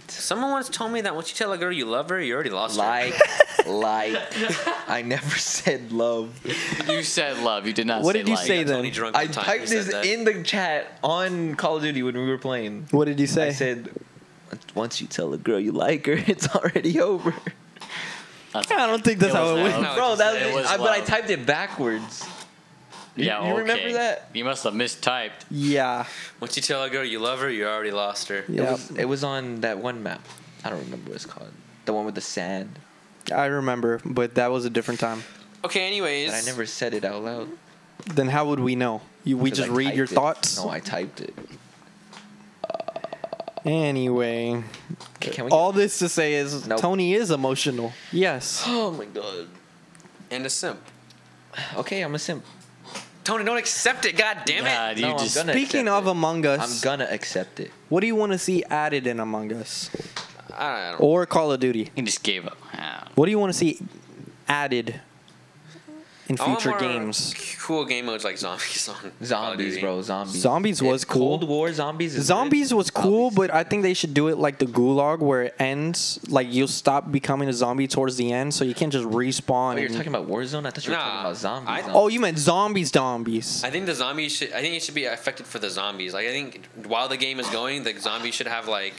B: Someone once told me that once you tell a girl you love her, you already lost
C: like like I never said love.
E: You said love. You did not.
D: What
E: say
D: did you
E: like.
D: say
B: her.
D: then?
B: Tony drunk
C: I
B: one time,
C: typed
B: he said
C: this
B: that.
C: in the chat on Call of Duty when we were playing.
D: What did you say?
C: I said once you tell a girl you like her, it's already over.
E: Uh,
D: I don't think that's
E: It
D: how
E: was
D: it
E: loud.
D: went.
B: No, it
C: Bro,
B: just-
C: that
E: it
C: was,
E: was
C: I, but I
E: love.
C: typed it backwards. You-
E: Yeah,
C: you remember
E: okay.
C: that?
E: You must have mistyped.
D: Yeah.
B: Once you tell a girl you love her, you already lost her.
C: It
D: Yeah.
C: was it was on that one map. I don't remember what it's called. The one with the sand.
D: I remember, but that was a different time.
B: Okay, anyways.
C: But I never said it out loud.
D: Then how would we know? You, we
C: 'cause
D: just
C: I
D: read
C: typed
D: your
C: it.
D: thoughts.
C: No, I typed it.
D: Anyway,
C: Can, can we
D: all this to say is
C: Nope.
D: Tony is emotional. Yes.
C: Oh my god.
B: And a simp.
C: Okay, I'm a simp.
B: Tony, don't accept it. God damn it.
E: God, you
C: No, I'm
E: just.
C: gonna-
D: Speaking
C: accept
D: of
C: it.
D: Among
C: I'm
D: Us,
C: gonna accept it.
D: what do you want to see added in Among Us
B: I don't know.
D: or Call of Duty?
E: He just gave up. Ah.
D: What do you want to see added? in
B: I want
D: future
B: more
D: games.
B: Cool game modes like zombies on Call of
C: Zombies,
B: Duty.
C: bro. Zombies.
D: Zombies was
C: If
D: cool.
C: Cold War zombies. Is
D: Zombies was cool, but I think they should do it like the Gulag, where it ends. Like you'll stop becoming a zombie towards the end, so you can't just respawn.
C: Oh, you're
D: and-
C: talking about Warzone. I thought you were
B: Nah,
C: talking about zombies.
B: I-
D: oh, you meant zombies, zombies.
B: I think the zombies should. I think it should be affected for the zombies. Like I think while the game is going, the zombies should have like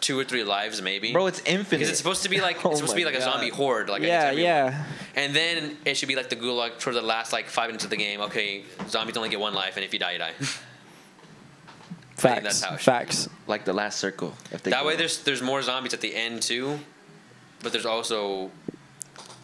B: two or three lives, maybe.
C: bro, it's infinite.
B: because it's supposed to be like
C: Oh
B: it's supposed to be
C: my
B: like a
C: God.
B: zombie horde. Like
D: yeah,
B: it's everyone.
D: yeah.
B: And then it should be like the gulag for the last like five minutes of the game. Okay, zombies only get one life, and if you die, you die. think that's
D: Facts.
B: how it should
D: Facts.
C: like the last circle. If they
B: that
C: go-
B: way, there's there's more zombies at the end too, but there's also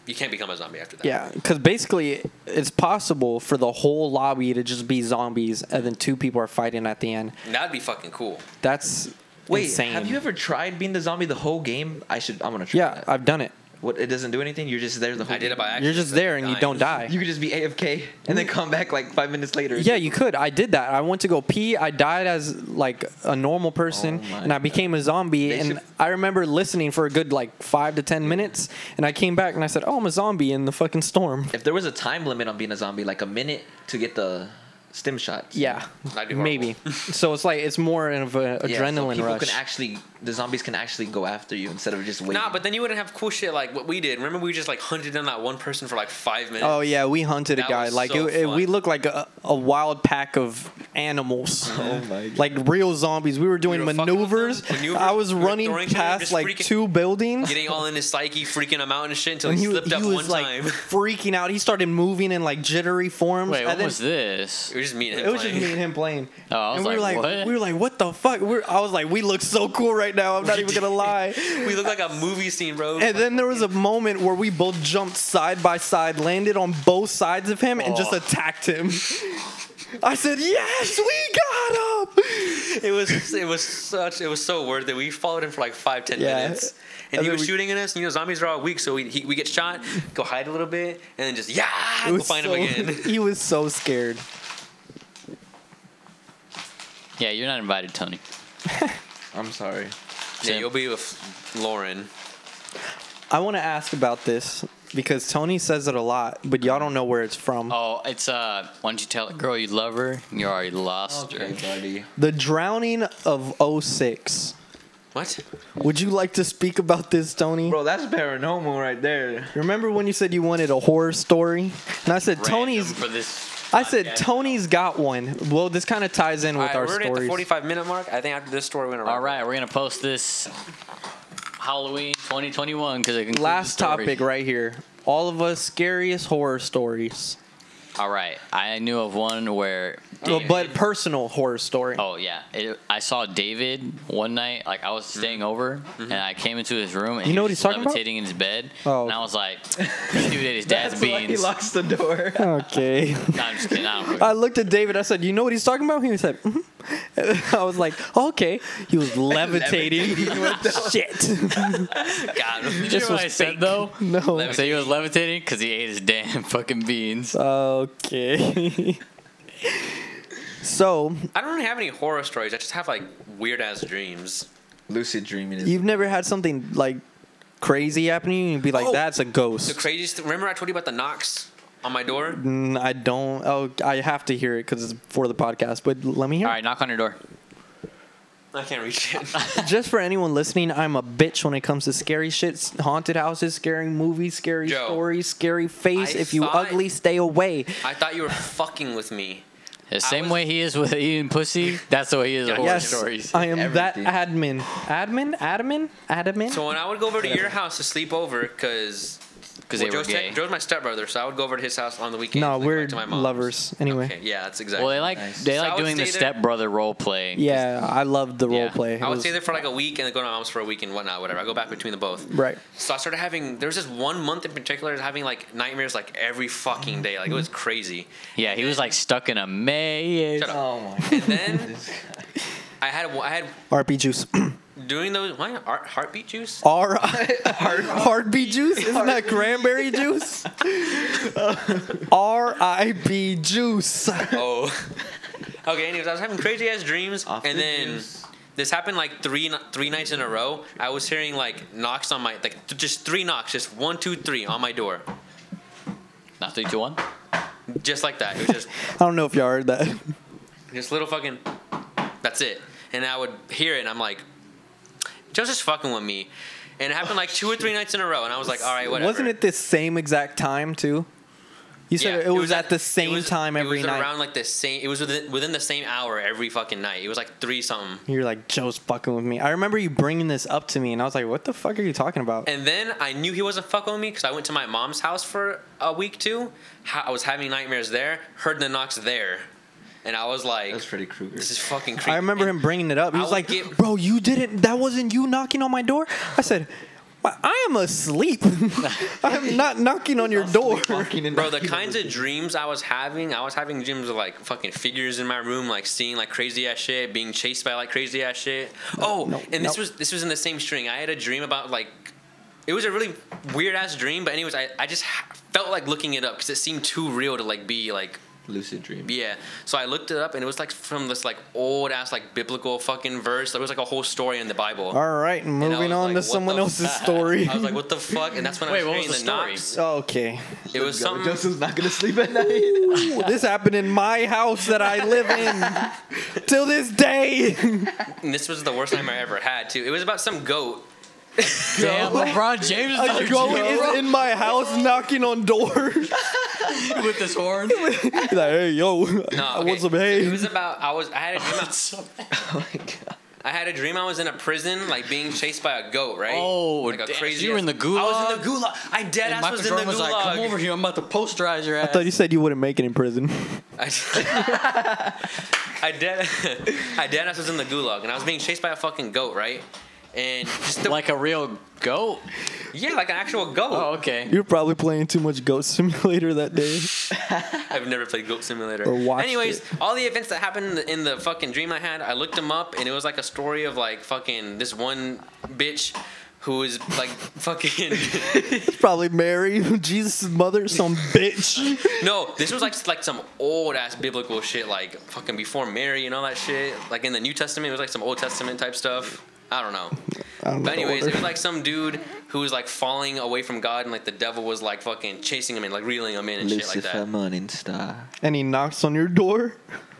B: you can't become a zombie after that.
D: Yeah, because basically it's possible for the whole lobby to just be zombies, and then two people are fighting at the end.
B: that'd be fucking cool.
D: That's
C: Wait,
D: insane.
C: have you ever tried being the zombie the whole game? I should. I'm gonna try.
D: yeah,
C: that.
D: I've done it.
C: what? It doesn't do anything. You're just there the whole.
B: I did it by accident.
D: You're just there and you don't
B: Dying.
D: die.
C: You could just be AFK and then come back like five minutes later.
D: Yeah, you could. I did that. I went to go pee. I died as like a normal person,
C: Oh my
D: and I became a zombie.
C: They
D: and
C: should-
D: I remember listening for a good like five to ten minutes, and I came back and I said, "Oh, I'm a zombie in the fucking storm."
C: If there was a time limit on being a zombie, like a minute to get the stim shot.
D: Yeah,
B: That'd be horrible.
D: maybe. so it's like it's more of an
C: Yeah, so
D: adrenaline
C: people
D: rush.
C: can actually the zombies can actually go after you instead of just waiting.
B: Nah, but then you wouldn't have cool shit like what we did. Remember, we just like hunted down that one person for like five minutes.
D: Oh yeah, we hunted a
B: That
D: guy.
B: was
D: Like
B: so
D: it, it- we
B: fun.
D: looked like a, a wild pack of animals,
C: oh my god.
D: like real zombies. We were doing
B: were fucking with them?
D: maneuvers.
B: Maneuvers?
D: I was
B: You were
D: running
B: throwing shit? You were
D: past
B: just
D: like
B: freaking-
D: two buildings.
B: getting all in his psyche, freaking him out and shit until
D: And
B: he,
D: he,
B: slipped
D: he
B: up
D: was
B: one
D: like
B: time.
D: freaking out. He started moving in like jittery forms.
E: Wait,
D: and
E: what
D: then-
E: was this?
B: it was just me and him.
D: It was just
B: playing.
D: me and him playing.
E: Oh, I was
D: and we
E: like,
D: were like,
E: what?
D: we were like, what the fuck? We're, I was like, we look so cool right now. I'm not even gonna lie.
B: we look like a movie scene, bro.
D: And then there was a moment where we both jumped side by side, landed on both sides of him, and just
E: Oh.
D: attacked him. I said, yes, we got him.
B: it was it was such it was so worth it. We followed him for like five ten
D: Yeah.
B: minutes, and,
D: And
B: he
D: then
B: was
D: we-
B: shooting at us. And you know, zombies are all weak, so we he, we get shot, go hide a little bit, and then just yeah,
D: It
B: go
D: was
B: find
D: so-
B: him again.
D: He was so scared.
E: Yeah, you're not invited, Tony.
C: I'm sorry.
B: yeah, you'll be with Lauren.
D: I want to ask about this because Tony says it a lot, but y'all don't know where it's from.
E: Oh, it's uh. Why don't you tell a girl you love her? You already lost
C: Okay,
E: her.
C: buddy.
D: The drowning of 06.
B: What?
D: Would you like to speak about this, Tony?
C: Bro, that's paranormal right there.
D: Remember when you said you wanted a horror story? And I said, Tony's.
E: Random for this.
D: I said,
E: podcast.
D: Tony's got one. Well, this kind of ties in with
B: All right,
D: our
B: we're already at the
D: stories.
B: forty-five minute mark. I think after this story, we're gonna.
E: All
B: wrap
E: right, we're gonna post this Halloween 2021 because it concludes the
D: Last
E: story.
D: topic right here. All of us scariest horror stories.
E: All right, I knew of one where.
D: Well, but personal horror story.
E: Oh yeah, it, I saw David one night. Like I was staying over, and I came into his room, and
D: You know what
E: he was
D: he's talking about?
E: levitating in his bed,
D: Oh.
E: and I was like, "Dude, it is dad's
C: That's why he
E: beans." No,
C: locks the door.
D: Okay.
E: I'm just kidding. I don't
D: I looked at David. I said, "You know what he's talking about?" He said, "Mhm." "I was like, okay." He was levitating. Shit.
B: God,
E: This
D: was
E: what I said though.
D: no.
E: I said he was levitating because he ate his damn fucking beans.
D: Okay. so
B: I don't really have any horror stories. I just have like weird ass dreams.
C: Lucid dreaming is
D: you've never had something like crazy happen to you, and you'd be like,
B: Oh.
D: "That's a
B: The
D: ghost."
B: craziest. Th- remember I told you about the knocks on my door?
D: Mm, I don't. Oh, I have to hear it because it's for the podcast. But let me hear.
E: All
D: it.
E: right, knock on your door.
B: I can't reach it.
D: Just for anyone listening, I'm a bitch when it comes to scary shit, haunted houses, scary movies, scary
B: Joe,
D: stories, scary face.
B: I
D: if you
B: thought-
D: ugly, stay away.
B: I thought you were fucking with me.
E: The same
B: was-
E: way he is with eating pussy, that's the way he is with horror
D: Yes,
E: stories.
D: I am that
C: Everything.
D: admin. Admin? Admin? Admin?
B: So when I would go over to your house to sleep over, because
E: Because they were
B: Joe's,
E: gay.
B: Joe's my stepbrother, so I would go over to his house on the weekend.
D: no, we're
B: to my mom's.
D: lovers. Anyway.
B: Okay, yeah, that's exactly.
E: Well, they like
C: Nice.
E: they
B: So I
E: like
B: would
E: doing the
B: stay there-
E: stepbrother role play.
D: Yeah, I loved the
E: Yeah.
D: role play. It
B: I would
D: was-
B: stay there for like a week and then go to my mom's for a week and whatnot, whatever. I go back between the both.
D: Right.
B: So I started having. There was this one month in particular I was having like nightmares like every fucking day. Like it was crazy.
E: Yeah, he was like stuck in a maze.
B: Shut up.
C: Oh my
B: And then I had I had
D: RP juice.
B: doing those what Heart- heartbeat juice.
D: R heartbeat juice? Isn't that cranberry juice? R I B juice.
B: Oh. okay. Anyways, I was having crazy ass dreams,
C: Off
B: and
C: the
B: then
C: juice.
B: this happened like three n- three nights in a row. I was hearing like knocks on my like th- just three knocks, just one two three on my door.
E: Not three, two, one.
B: Just like that. It was just
D: I don't know if y'all heard that.
B: Just little fucking. That's it. And I would hear it, and I'm like, Joseph's fucking with me. And it happened like two or three nights in a row, and I was like, all right, whatever.
D: Oh, Wasn't it the same exact time too? You said
B: Yeah,
D: it, was at the
B: it
D: same
B: was-
D: time every
B: it was
D: night.
B: Around like the same. It was within, within the same hour every fucking night. It was like three something.
D: You're like Joe's fucking with me. I remember you bringing this up to me, and I was like, "What the fuck are you talking about?"
B: And then I knew he wasn't fucking with me because I went to my mom's house for a week too. Ha- I was having nightmares there. Heard the knocks there, and I was like,
C: That's pretty Krueger.
B: "This is fucking creepy."
D: I remember
B: And
D: him bringing it up. He
B: I
D: was
B: would
D: like,
B: get-
D: "Bro, you didn't. That wasn't you knocking on my door." I said, "Well, "I am asleep. I'm not knocking on your door."
B: Bro, the kinds of dreams I was having, I was having dreams of like fucking figures in my room, like seeing like crazy ass shit, being chased by like crazy ass shit. oh,
D: no,
B: and this
D: no.
B: was this was in the same string. I had a dream about like, it was a really weird ass dream, but anyways, I, I just ha- felt like looking it up because it seemed too real to like be like
C: lucid dream.
B: yeah. So I looked it up and it was like from this like old ass like biblical fucking verse. Like, it was like a whole story in the Bible.
D: All right,
B: And I
D: moving
B: was
D: on
B: like,
D: to
B: "What
D: someone
B: the
D: else's
B: fuck?"
D: story.
B: I was like, what the fuck? And that's when
E: Wait,
B: I was
E: what was
B: hearing
E: the
B: the, knocks.
E: story?
D: okay,
B: It was
C: Go.
B: something.
C: Joseph's not gonna sleep at night.
D: Ooh, this happened in my house that I live in till this day.
B: And this was the worst nightmare I ever had too. It was about some goat.
E: Damn, LeBron James is
D: A goat is in my house knocking on doors.
E: with this horn.
D: He's like, hey, yo,
B: No,
D: I
B: okay.
D: want some
B: It
D: hay.
B: was about I was I had a dream. I,
C: oh my god.
B: I had a dream I was in a prison, like being chased by a goat, right?
E: Oh,
B: like
E: damn, so you were in the
B: I was in the gulag. I dead
E: And
B: ass
E: Michael
B: was in
E: Jordan
B: the
E: was
B: gulag.
E: like, "Come over here, I'm about to posterize your ass."
D: I thought you said you wouldn't make it in prison.
B: I, I dead, I dead ass was in the gulag, and I was being chased by a fucking goat, right? And just the,
E: like a real goat.
B: yeah, like an actual goat.
E: Oh, okay.
D: You're probably playing too much Goat Simulator that day.
B: I've never played Goat Simulator.
D: Or watched
B: Anyways,
D: it.
B: all the events that happened in the, in the fucking dream I had, I looked them up, and it was like a story of like fucking this one bitch who was like fucking.
D: It's probably Mary, Jesus' mother, some bitch.
B: No, this was like like some old ass biblical shit, like fucking before Mary and all that shit. Like in the New Testament, it was like some Old Testament type stuff. I don't know.
D: I don't know
B: But anyways,
D: the
B: it was
D: order.
B: like some dude who was like falling away from God, and like the devil was like fucking chasing him and like reeling him in and shit
C: Lucifer
B: like
C: morning star.
D: and he knocks on your door.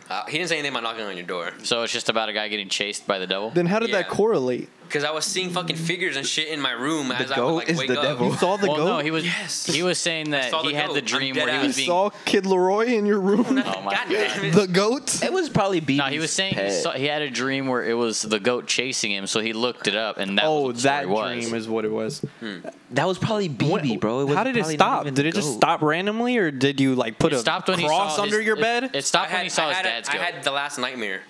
B: that. Uh, he didn't say anything about knocking on your door
E: So it's just about a guy getting chased by the devil.
D: Then how did that
B: Yeah.
D: correlate?
B: because I was seeing fucking figures and shit in my room as I would
C: goat
B: like
C: is
B: wake
C: the
B: up.
C: devil.
D: You saw the
E: well,
D: goat.
E: no, he was
B: Yes.
E: he was saying that
B: saw
E: he
B: the
E: had
B: goat.
E: the
B: I'm
E: dream
B: dead
E: where he
B: ass.
E: was
D: You
E: being.
D: saw Kid Leroy in your room.
E: Oh my
B: God
E: God.
B: damn it!
D: The goat.
C: It was probably being.
E: No, he was saying he, saw, he had a dream where it was the goat chasing him, so he looked it up, and that
D: Oh,
E: was what the
D: that
E: story was.
D: dream is what it was.
C: That was probably BB, bro. It was
D: How did it
C: probably not
D: stop?
C: even
D: Did it just
C: goat.
D: stop randomly, or did you like put
E: It
D: a
E: stopped when
D: cross
E: he saw
D: under
E: his,
D: your
E: it-
D: bed?
E: It,
B: I
E: stopped
B: had,
E: when he saw
B: I
E: his
B: had a-
E: dad's goat.
B: I had the last nightmare.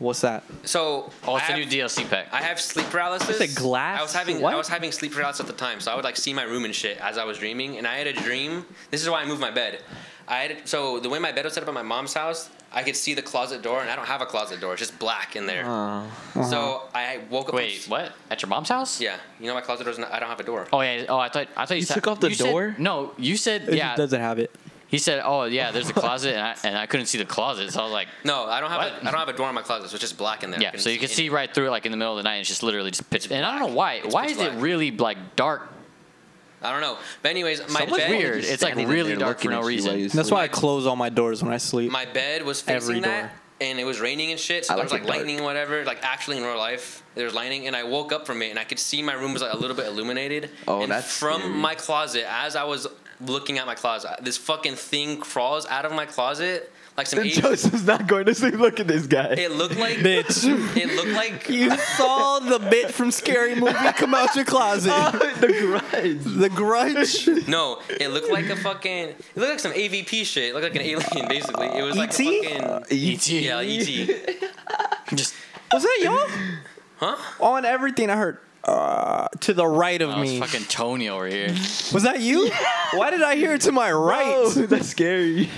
D: What's that?
B: So
E: oh,
B: I
E: it's a new
B: have-
E: DLC pack.
B: I have sleep paralysis.
D: It's a glass-
B: I was having
D: what?
B: I was having sleep paralysis at the time, so I would like see my room and shit as I was dreaming, and I had a dream. This is why I moved my bed. I had so the way my bed was set up at my mom's house, I could see the closet door, and I don't have a closet door; it's just black in there.
D: Oh.
B: So
D: Uh-huh.
B: I woke up.
E: Wait, what? At your mom's house?
B: Yeah, you know my closet door's not. I don't have a door.
E: Oh yeah. Oh, I thought I thought you,
C: You
E: said-
C: took off the
E: you said-
C: door?
E: no, you said
D: It
E: yeah.
D: doesn't have it.
E: He said, "Oh yeah, there's a closet," and I, and I couldn't see the closet, so I was like,
B: No, I don't have
E: What?
B: a I don't have a door in my closet, so it's just black in there. I
E: "Yeah."
B: couldn't
E: So you can
B: any-
E: see right through it, like in the middle of the night. It's just literally just pitch. And I don't know why.
B: It's
E: why
B: pitch
E: is it
B: black.
E: really like dark?
B: I don't know, but anyways, my
E: Someone's
B: bed
E: weird. It's like
C: Standing in
E: really
C: there
E: dark for
C: looking
E: no
C: at you
E: reason.
C: while you
D: And that's why I
C: sleep.
D: close all my doors when I sleep.
B: my bed was
D: Every
B: facing
D: door.
B: that, and it was raining and shit. So
C: I
B: there was
C: like
B: like
C: it
B: lightning, and whatever. Like actually in real life, there was lightning, and I woke up from it, and I could see my room was like a little bit illuminated.
C: Oh,
B: and
C: that's
B: from
C: scary.
B: my closet as I was looking at my closet. This fucking thing crawls out of my closet like some.
C: And
B: Asian-
C: Joseph's not going to sleep. Look at this guy.
B: it looked like
D: bitch.
B: it looked like
D: You saw the bitch from Scary Movie come out your closet.
C: the grudge.
D: The Grudge.
B: no, it looked like a fucking. It looked like some AVP shit. It looked like an alien basically. It was like
C: E
D: E.T.?
B: a fucking.
E: ET.
B: Yeah, E like ET.
E: E Just
D: Was that y'all?
B: Huh?
D: On everything I heard. Uh, to the right of
E: oh, it's
D: me.
E: fucking Tony over here.
D: Was that you? Why did I hear it to my right?
C: that's scary.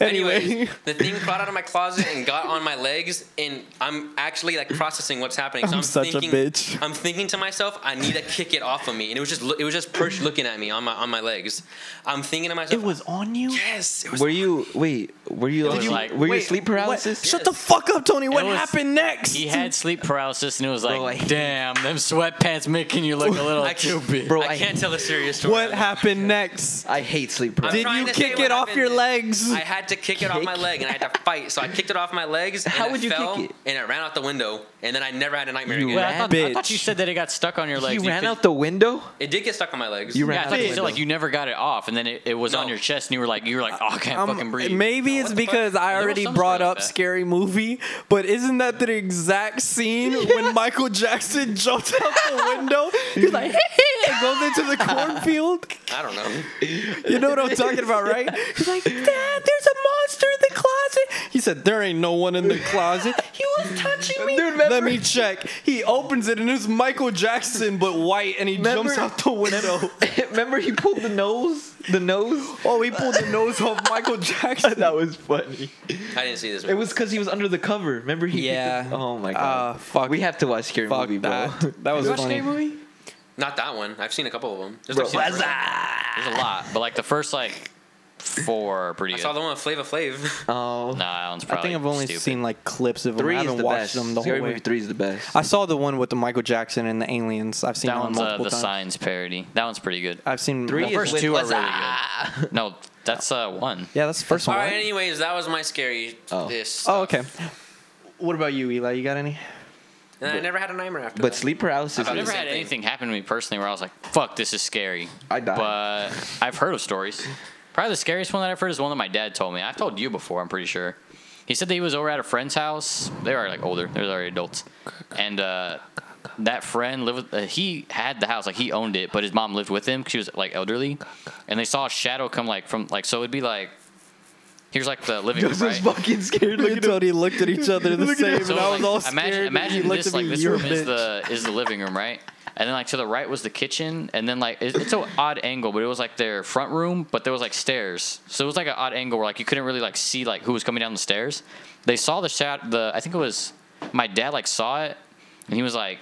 B: Anyway, the thing crawled out of my closet and got on my legs, and I'm actually like processing what's happening. So
D: I'm
B: I'm,
D: such a
B: thinking,
D: bitch.
B: I'm thinking to myself, I need to kick it off of me, and it was just lo- it was just perched looking at me on my on my legs. I'm thinking to myself,
C: It was on you.
B: yes, it was
C: Were you wait? Were you,
E: was
C: like,
E: like-
C: were you
D: wait,
C: sleep
D: What?
C: paralysis?
D: Shut the fuck up, Tony. What
E: It was-
D: happened next?
E: He had sleep paralysis, and it was like,
C: Bro, I hate-
E: damn, them sweatpants making you look a little
B: I can't-
E: stupid.
C: Bro,
B: I
C: I-
B: can't tell a serious story.
D: what happened next?
C: I hate sleep paralysis.
B: I'm
D: Did
B: trying
D: you
B: to say
D: kick
B: what
D: it off
B: happened
D: your
B: is-
D: legs?
B: I had to kick it off my leg and I had to fight. So I kicked it off my legs. And
C: How
B: it
C: would you
B: fell,
C: kick it?
B: And it ran out the window. And then I never had a nightmare
C: You
B: again.
E: Wait, I, thought, I thought you
D: bitch.
E: said that it got stuck on your
C: you
E: legs.
C: ran
E: could-
C: out the window.
B: It did get stuck on my legs.
C: You ran
E: Yeah, I
C: out
E: thought
C: the
E: you said
C: window.
E: like you never got it off, and then it, it was on
B: No.
E: your chest, and you were like, you were like, oh, I can't
D: Um,
E: fucking breathe.
D: Maybe it's
B: the fuck?
D: because I
E: There was
D: already
E: some
D: brought
E: story
D: up
E: like that.
D: Scary Movie, but isn't that the exact scene when Michael Jackson jumps out the window? He's like, and goes into the cornfield.
B: I don't know.
D: You know what I'm talking about, right? He's like, Dad, there's a monster in the closet. He said, There ain't no one in the closet. He was touching me. Let me check. He opens it and it's Michael Jackson, but white, and he
C: Remember-
D: jumps out the window.
C: Remember he pulled the nose. The nose.
D: oh, he pulled the nose off Michael Jackson.
C: that was funny.
B: I didn't see this.
C: It was because he was under the cover. Remember he. picked
D: Yeah.
C: it- oh my god.
D: Uh, fuck.
C: We have to watch scary
D: Fuck
C: movie, bro.
D: that. That was funny.
C: movie?
B: Not that one. I've seen a couple of them. Just
C: Bro,
B: I've seen the first one.
E: There's a lot, but like the first like four are pretty
B: I
E: good.
B: saw the one with Flava Flav.
C: Oh.
E: nah, that one's
D: I
E: probably
D: think I've only
E: stupid.
D: seen like clips of them.
C: Three
D: I
C: is
D: haven't
C: the
D: watched
C: best.
D: them the
C: Scary
D: whole way.
C: movie three is the best.
D: I saw the one with the Michael Jackson and the aliens. I've seen
E: That
D: that one
E: one's uh,
D: multiple
E: the
D: times.
E: science parody. That one's pretty good.
D: I've seen
C: Three
D: the
C: is
D: first
C: with
D: two are
C: Wazza.
D: really
E: No, that's uh one.
D: Yeah, that's the first
B: All
D: one.
B: right.
D: right?
B: Anyways, that was my scary.
C: Oh.
B: This.
D: Oh, okay. What about you, Eli? You got any?
B: And I never had a nightmare after.
C: But
B: that.
C: sleep paralysis.
B: I've
C: Is,
E: I've never
B: same
E: had
B: thing.
E: anything happen to me personally where I was like, "Fuck, this is scary."
C: I died.
E: But I've heard of stories. Probably the scariest one that I've heard is one that my dad told me. I've told you before, I'm pretty sure. He said that he was over at a friend's house. They were like older. They're already adults. And uh, that friend lived with. Uh, he had the house, like he owned it, but his mom lived with him. 'cause She was like elderly, and they saw a shadow come like from like. So it'd be like. Here's like the living room, right?
C: fucking scared. Look at him.
D: Tony looked at each other the same,
E: So
D: and I was
E: like,
D: all
E: imagine,
D: scared.
E: imagine
D: he looked
E: this
D: at
E: like
D: me,
E: this
D: "You're a
E: room is
D: bitch."
E: the is the living room, right? And then like to the right was the kitchen, and then like it, it's an odd angle, but it was like their front room, but there was like stairs, so it was like an odd angle where like you couldn't really like see like who was coming down the stairs. They saw the shot. The I think it was my dad like saw it, and he was like,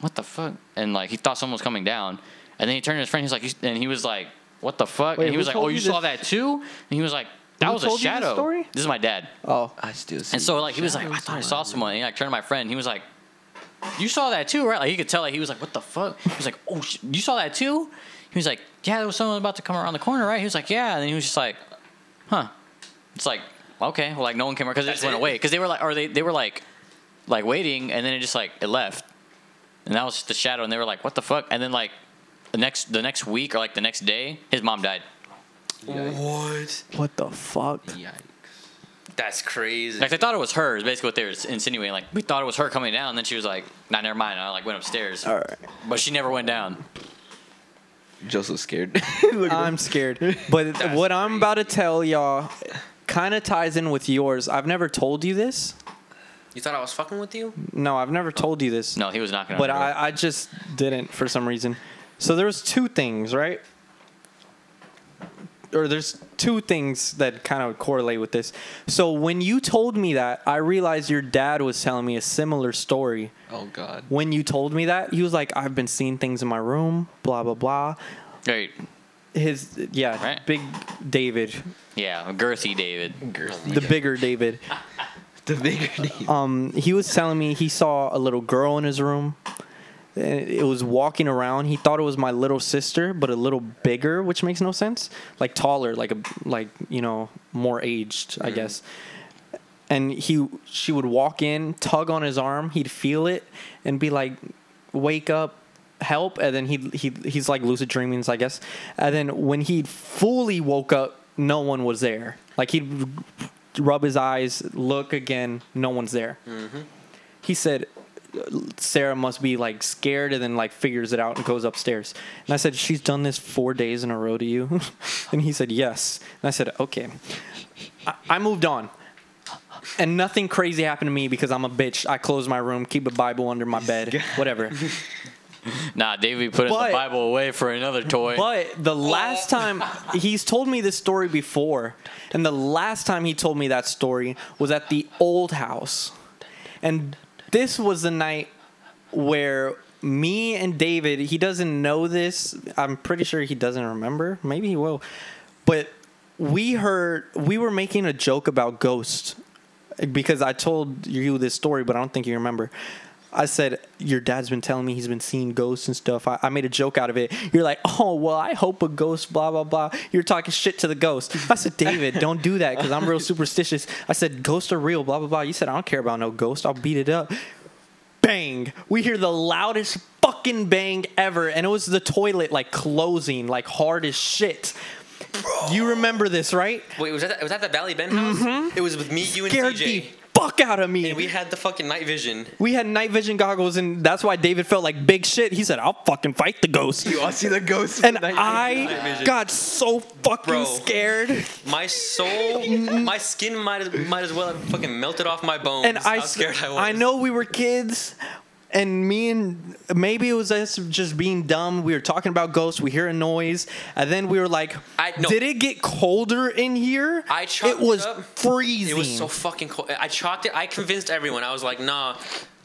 E: "What the fuck?" And like he thought someone was coming down, and then he turned to his friend. He's like, "You-" and he was like, "What the fuck?"
D: Wait,
E: and he
D: who
E: was like,
D: told
E: "Oh,
D: you
E: you
D: this-
E: saw that too?" And he was like, "That was a
D: told you this
E: shadow."
D: story?
E: This is my dad.
D: Oh,
C: I still. See
E: And so like he was like, I thought I saw someone. And he like turned to my friend. He was like, You saw that too, right? Like he could tell. Like he was like, What the fuck? He was like, Oh, sh- you saw that too? He was like, Yeah, there was someone about to come around the corner, right? He was like, Yeah. And then he was just like, Huh? It's like okay, well, like no one came around because it
B: That's
E: just went
B: it?
E: away. Because they were like, or they they were like, like waiting, and then it just like it left, and that was just the shadow. And they were like, What the fuck? And then like the next the next week or like the next day, his mom died.
B: What?
D: what the fuck?
B: That's crazy.
E: Like they thought it was her. Is basically what they were insinuating. Like we thought it was her coming down, and then she was like, "Nah, never mind." And I like went upstairs,
D: All right.
E: but she never went down.
C: Joseph scared. Look at him.
D: I'm scared. But
B: That's
D: what I'm about to tell y'all kind of ties in with yours. I've never told you this.
B: You thought I was fucking with you?
D: No, I've never told you this.
E: No, he was knocking. on
D: But
E: her door.
D: I, I just didn't for some reason. So there was two things, right? Or there's two things that kind of correlate with this. So when you told me that, I realized your dad was telling me a similar story.
C: Oh god.
D: When you told me that, he was like, "I've been seeing things in my room, blah blah blah."
E: Right.
D: His yeah,
E: Right.
D: big David,
E: Yeah, girthy David.
D: the bigger David.
C: The bigger name.
D: um, he was telling me he saw a little girl in his room. and It was walking around. He thought it was my little sister, but a little bigger, which makes no sense. Like taller, like a like you know more aged, I guess. And he she would walk in, tug on his arm. He'd feel it and be like, "Wake up, help!" And then he he he's like lucid dreamings, I guess. And then when he fully woke up, no one was there. Like he'd rub his eyes, look again, no one's there. He said, Sarah must be like scared and then like figures it out and goes upstairs. And I said, She's done this four days in a row to you? and he said, Yes. And I said, Okay. I, I moved on. And nothing crazy happened to me because I'm a bitch. I closed my room, keep a Bible under my bed, whatever.
E: nah, Davey put
D: But-
E: the Bible away for another toy.
D: But the last time he's told me this story before, and the last time he told me that story was at the old house. And this was the night where me and David, he doesn't know this. I'm pretty sure he doesn't remember. Maybe he will. But we heard, we were making a joke about ghosts because I told you this story, but I don't think you remember. I said, Your dad's been telling me he's been seeing ghosts and stuff. I, I made a joke out of it. You're like, Oh, well, I hope a ghost, blah, blah, blah. You're talking shit to the ghost. I said, David, don't do that because I'm real superstitious. I said, Ghosts are real, blah, blah, blah. You said, I don't care about no ghost. I'll beat it up bang we hear the loudest fucking bang ever and it was the toilet like closing like hard as shit you remember this right
B: Wait, was that was that the Valley Ben house? It was with me, you, and
D: Mm-hmm. scared
B: TJ.
D: the fuck out of me
B: And we had the fucking night vision.
D: we had night vision goggles and that's why david felt like big shit he said i'll fucking fight the ghost
C: You all see the ghost.
D: and
B: Night
D: i
B: vision.
D: got so fucking
B: Bro.
D: scared
B: My soul, my skin might as, might as well have fucking melted off my bones.
D: Mm-hmm. and I,
B: how scared I was.
D: I know we were kids, and me and maybe it was us just being dumb. We were talking about ghosts. We hear a noise, and then we were like,
B: I- no.
D: "Did it get colder in here?"
B: I
D: it
B: chalked
D: was
B: it up.
D: freezing.
B: It was so fucking cold. I chalked it. I convinced everyone. I was like, nah.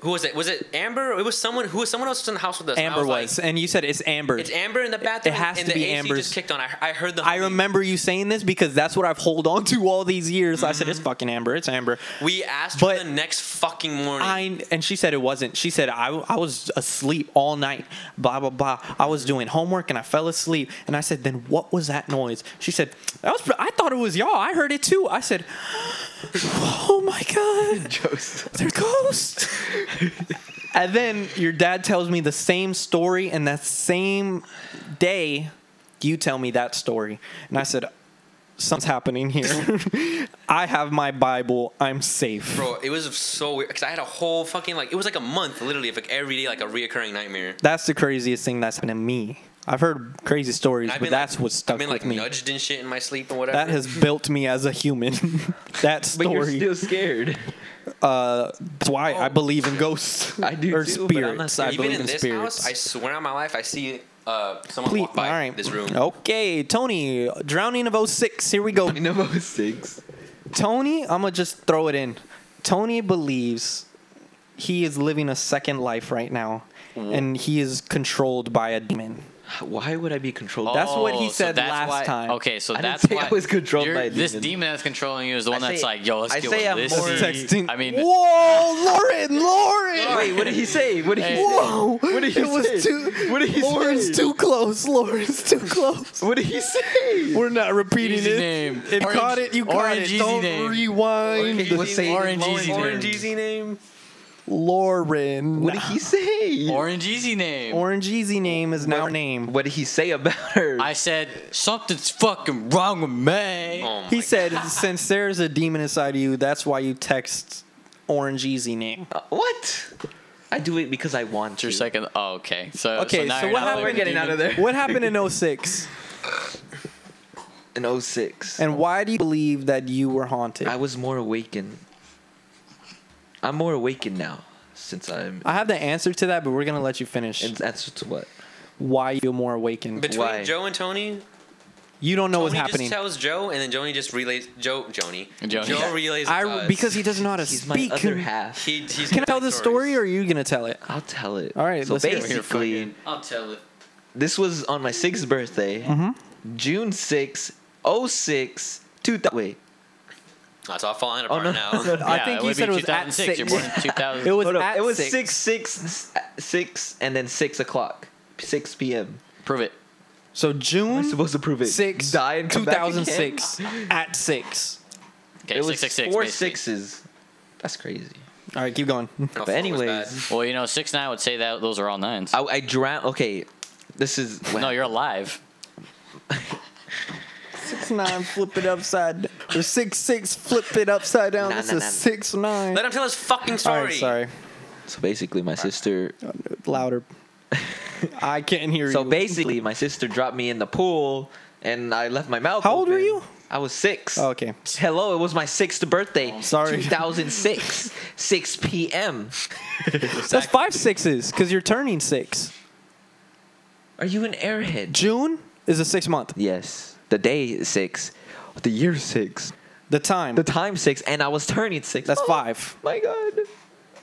B: Who was it? Was it Amber? It was someone. Who was someone else was in the house with us? and I
D: Amber
B: like,
D: was, and you said it's Amber.
B: it's Amber in the bathroom.
D: has
B: and
D: to
B: the
D: be
B: AC
D: Amber's.
B: Just kicked on. I, I heard the.
D: I
B: humming.
D: remember you saying this because that's what I've hold on to all these years. I said
B: Mm-hmm.
D: it's fucking Amber. It's Amber.
B: We asked
D: But-
B: her the next fucking morning.
D: I and she said it wasn't. She said I, I was asleep all night. Blah blah blah. I was doing homework and I fell asleep. And I said, then what was that noise? She said that was. I thought it was y'all. I heard it too. I said, oh my god, they're ghosts. and then your dad tells me the same story, and that same day, you tell me that story, and I said. Something's happening here. I have my Bible. I'm safe.
B: Bro, it was so weird because I had a whole fucking like it was like a month literally of like every day like a reoccurring nightmare.
D: That's the craziest thing that's happened to me. I've heard crazy stories,
B: And I've
D: but
B: been,
D: that's
B: like,
D: what stuck
B: I've been
D: with
B: like
D: me.
B: nudged and shit in my sleep and whatever.
D: That has built me as a human. that
C: But you're
D: story.
C: still scared.
D: uh, that's why
B: Oh.
D: I believe in ghosts.
C: I do
D: Or
C: too, but I'm not
D: spirits. I
B: Even
D: believe
B: in
D: in,
B: this
D: spirits.
B: house, I swear on my life, I see uh someone
D: Please-
B: walk by this room.
D: Okay, Tony, drowning of 06. Here we go.
C: You know about six.
D: Tony, I'm gonna just throw it in. Tony believes he is living a second life right now, and he is controlled by a demon.
C: Why would I be controlled?
D: That's what he
E: Oh, so
D: said
E: that's
D: last
E: why-
D: time.
E: Okay, so
C: I didn't
E: that's
C: say
E: why
C: I was controlled
E: you're-
C: by a
E: This
C: demon.
E: demon that's controlling you is the one that's
C: say-
E: like, yo, let's
C: I
E: get
C: say
E: with
C: I'm
E: this.
C: more-
D: Texting.
E: I mean,
D: whoa, Lauren, Lauren.
C: Wait, what did he say? What did he
E: Hey.
C: say?
D: Oh. Whoa!
C: What did he
D: it was
C: say?
D: too.
C: What did he
D: Lauren's
C: say?
D: too close. Lauren's too close.
C: What did he say?
D: We're not repeating
E: Easy
D: it.
E: name.
D: It
E: Orange-
D: caught it. You caught
E: Orange
D: it.
E: Easy
D: Don't
E: name.
D: rewind.
B: Orange
D: the
B: Easy
D: same
E: Orange
D: Lauren.
E: Easy
B: Orange
E: name.
B: Easy name.
D: Lauren.
C: What did he say?
E: Orange Easy name.
D: Orange Easy name is now named.
C: What did he say about her?
E: I said something's fucking wrong with me.
B: Oh my
D: He said, since there's a demon inside of you, that's why you text Orange Easy name.
C: Uh, what? I do it because I want
E: Your
C: to.
E: second. Oh, okay. So
D: Okay,
E: So, now
D: so
E: you're
D: what
E: not
D: happened-
E: living
C: We're getting
E: with
C: out
E: demons.
C: of there.
D: What happened in 06?
C: In 06.
D: And why do you believe that you were haunted?
C: I was more awakened. I'm more awakened now since I'm.
D: I have the answer to that, but we're gonna let you finish.
C: And that's to what?
D: Why you feel more awakened?
B: Between
C: Why?
B: Joe and Tony,
D: you don't know
B: Tony
D: what's happening.
B: just tells Joe, and then Joni just relays Joe, Joni,
E: Joni.
B: Joe relays it to
D: I
B: us.
D: because he doesn't know how to
C: He's
D: speak.
C: my other half.
B: he,
D: Can
B: he's
D: I
B: gonna
D: tell the story, or are you gonna tell it?
C: I'll tell it.
D: All right,
C: So
D: let's hear it.
E: Here,
C: basically,
E: fucking- I'll tell it.
C: this was on my sixth birthday,
D: Mm-hmm.
C: June oh 6, 06, 2000. Wait,
B: That's all falling
D: Oh,
B: apart
C: no.
B: now.
D: I think you said it was at six.
E: You're born in 2000.
D: It was
C: hold up.
D: at
C: It was
D: six.
C: 6, 6, 6, and then 6 o'clock. 6 p.m.
E: Prove it.
D: So June
C: I'm supposed to prove it.
D: six,
C: Die and come back again?
D: 2006 at six.
E: Okay,
C: it was
E: six, six, six,
C: four
E: basically.
C: sixes. That's crazy.
D: All right, keep going.
B: Oh,
C: But
B: fuck, it was
C: anyways,
B: bad.
E: Well, you know, six nine would say that those are all nines.
C: I, I drown. Okay, this is.
E: no, you're alive.
D: Six nine, flip it upside. Or six six, flip it upside down.
C: Nah,
D: this
C: nah,
D: is
C: nah.
D: six nine.
B: let him tell his fucking
D: All
B: story.
D: right, sorry,
C: So basically, my sister.
D: louder. I can't hear
C: So
D: you.
C: basically, my sister dropped me in the pool, and I left my mouth.
D: How old were
C: open.
D: you?
C: I was six.
D: Oh, Okay.
C: Hello, it was my sixth birthday.
D: Sorry.
C: 2006, 6 p.m.
D: That's five sixes because you're turning six.
C: Are you an airhead?
D: June is the sixth month.
C: Yes. The day is six, the year is six,
D: The time.
C: the time is six, and I was turning six.
D: that's
C: Oh,
D: five.
C: My God.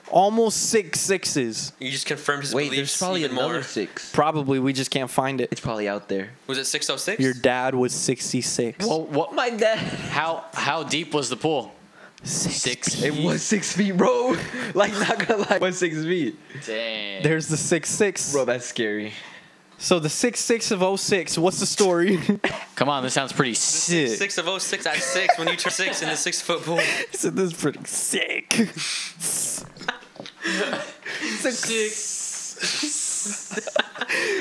D: Almost six sixes.
B: You just confirmed his
C: Wait,
B: beliefs
C: there's probably
B: even
C: another
B: more.
C: six.
D: Probably we just can't find it.
C: It's probably out there.
B: Was it 606?
D: Your dad was 66.
E: Well, what?
C: Oh My dad.
E: How how deep was the pool? Six.
C: It was six feet, bro. Like, not gonna lie, it was six feet.
E: Dang.
D: There's the six six.
C: Bro, that's scary.
D: So the six six of 06, what's the story?
E: Come on, this sounds pretty
B: Six-
E: sick.
B: Six of 06 at six when you turn six in the six foot pool.
D: so this is pretty sick. All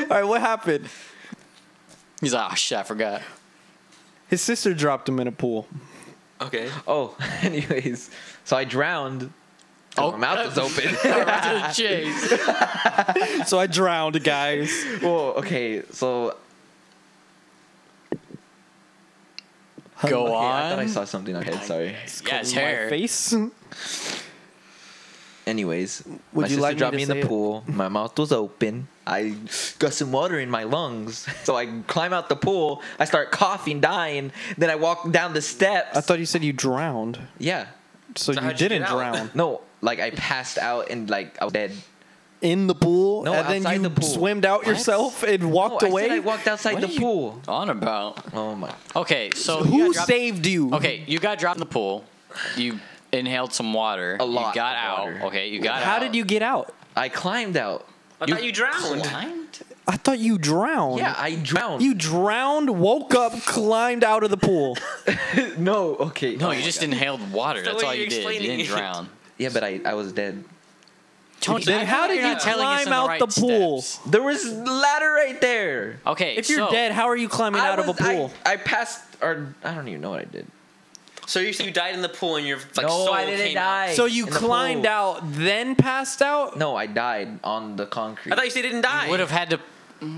D: right, what happened?
E: He's like, oh shit, I forgot.
D: His sister dropped him in a pool.
B: Okay.
C: Oh, anyways, so I drowned. Oh, my mouth was open.
E: Right to the chase.
D: So I drowned, guys.
C: Whoa, okay, so
E: Go
C: okay, I
E: on.
C: thought I saw something on my head. Sorry.
E: yeah, his
D: My
E: hair.
D: face.
C: Anyways,
D: Would
C: my
D: you
C: sister
D: like me
C: dropped
D: to
C: me, in
D: say
C: the
D: it?
C: pool. My mouth was open. I got some water in my lungs, so I climb out the pool. I start coughing, dying. Then I walk down the steps.
D: I thought you said you drowned.
C: yeah,
D: So,
B: So
D: you
B: how'd you
D: didn't
B: get out?
D: drown.
C: no, like I passed out and like I was dead.
D: In the pool,
C: No,
D: and then
C: outside
D: you
C: the pool.
D: swimmed out yourself and
C: No,
D: walked
C: Oh, I
D: away?
C: said I walked outside
E: What
C: the
E: are you-
C: pool.
E: On about.
C: Oh my!
E: Okay, so you
D: Who
E: got dropped-
D: saved you?
E: Okay, you got dropped in the pool. You inhaled some water.
C: A lot
E: You got
C: of
E: out.
C: water.
E: Okay, you got
D: How
E: out.
D: did you get out?
C: I climbed out.
B: I thought you drowned.
E: climbed?
D: I thought you drowned.
C: Yeah, I drowned.
D: You drowned, woke up, climbed out of the pool.
C: no, okay.
E: No,
C: Oh
E: you
C: my
E: just
C: God.
E: inhaled water.
B: That's the
E: That's
B: way
E: all you
B: you're
E: did. You
B: explaining
E: didn't
B: it.
E: drown.
C: Yeah, but I, I was dead.
E: Tony,
D: Then
E: I feel
D: how
E: like
D: did
E: you're
D: you
E: not telling us
D: climb
E: in the
D: out
E: right
D: the pool?
E: steps.
C: There was ladder right there.
E: Okay,
D: If you're
E: so-
D: dead, how are you climbing out of a
C: was- I-
D: pool?
C: I, passed, or I don't even know what I did.
B: So you said you died in the pool and your like
C: no,
B: soul
C: I didn't
B: came out.
C: die.
D: so you
C: in the
D: climbed
C: pool.
D: out, then passed out?
C: No, I died on the concrete.
B: I thought you said you didn't die.
E: Would have had to.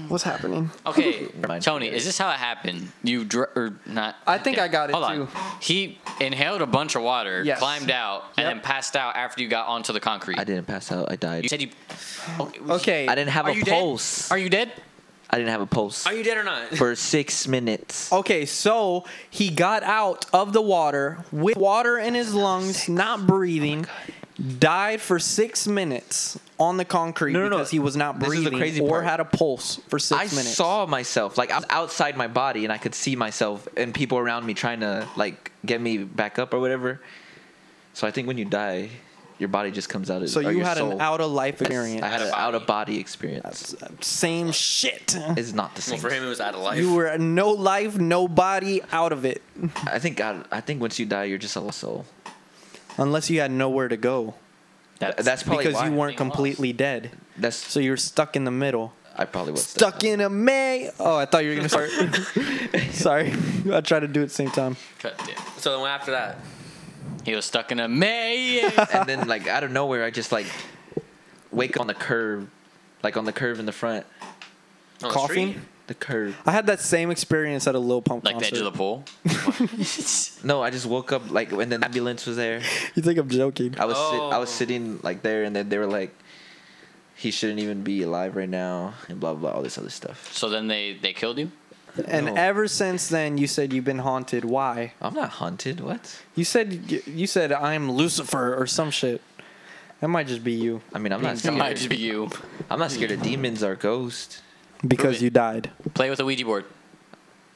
D: What's happening?
E: Okay,
C: Remind
E: Tony,
C: me.
E: is this how it happened? You dr- or not?
D: I think
E: okay,
D: I got it,
E: Hold on.
D: too.
E: He inhaled a bunch of water,
D: Yes.
E: climbed out, and
D: Yep.
E: then passed out after you got onto the concrete.
C: I didn't pass out. I died.
E: You said you.
D: Okay.
C: I didn't have
E: Are
C: a
E: you dead?
C: pulse.
E: Are you dead?
C: I didn't have a pulse
B: Are you dead or not?
C: for six minutes.
D: Okay, so he got out of the water with water in his lungs, not breathing,
C: Oh
D: died for six minutes on the concrete
C: No, no, no.
D: because he was not
C: This is the
D: breathing
C: crazy
D: or
C: part.
D: had a pulse for six
C: I
D: minutes.
C: saw myself like I was outside my body, and I could see myself and people around me trying to like get me back up or whatever. So I think when you die, your body just comes out. As,
D: so
C: or
D: you
C: your
D: had an
C: Oh, soul.
D: out of life
C: Yes,
D: experience.
C: I had an out of body experience.
D: Same shit.
C: It's not the
B: Well,
C: same.
B: for him it was out of life.
D: You were no life, no body, out of it.
C: I think I, I think once you die, you're just a lost soul.
D: Unless you had nowhere to go
C: That's, that's probably
D: because
C: why.
D: you weren't
E: Being lost.
D: completely dead.
C: That's
D: So you were stuck in the middle.
C: I probably was
D: Stuck in a May. Oh, I thought you were going to start. Sorry. I tried to do it at the same time.
E: Cut it.
B: so then after that,
E: He was stuck in a maze.
C: and then like out of nowhere, I just like wake up on the curve, like on the curve in the front,
B: on
D: Coughing?
B: The street,
C: the curve.
D: I had that same experience at a Lil Pump
E: like the
D: concert.
E: edge of the pool.
C: No, I just woke up like and then the ambulance was there.
D: you think I'm joking?
C: I was sit, I was
B: Oh.
C: sitting like there, and then they were like, he shouldn't even be alive right now, and blah blah all this other stuff.
E: so then they they killed you.
D: And
C: No.
D: ever since then, you said you've been haunted. Why?
C: I'm not haunted. What?
D: You said you said I'm Lucifer or some shit. That might just be you
C: I mean, I'm not
E: That
C: scared.
E: might just be you.
C: I'm not scared of demons or ghosts.
D: because
E: Prove it.
D: you died.
E: Play with a Ouija board.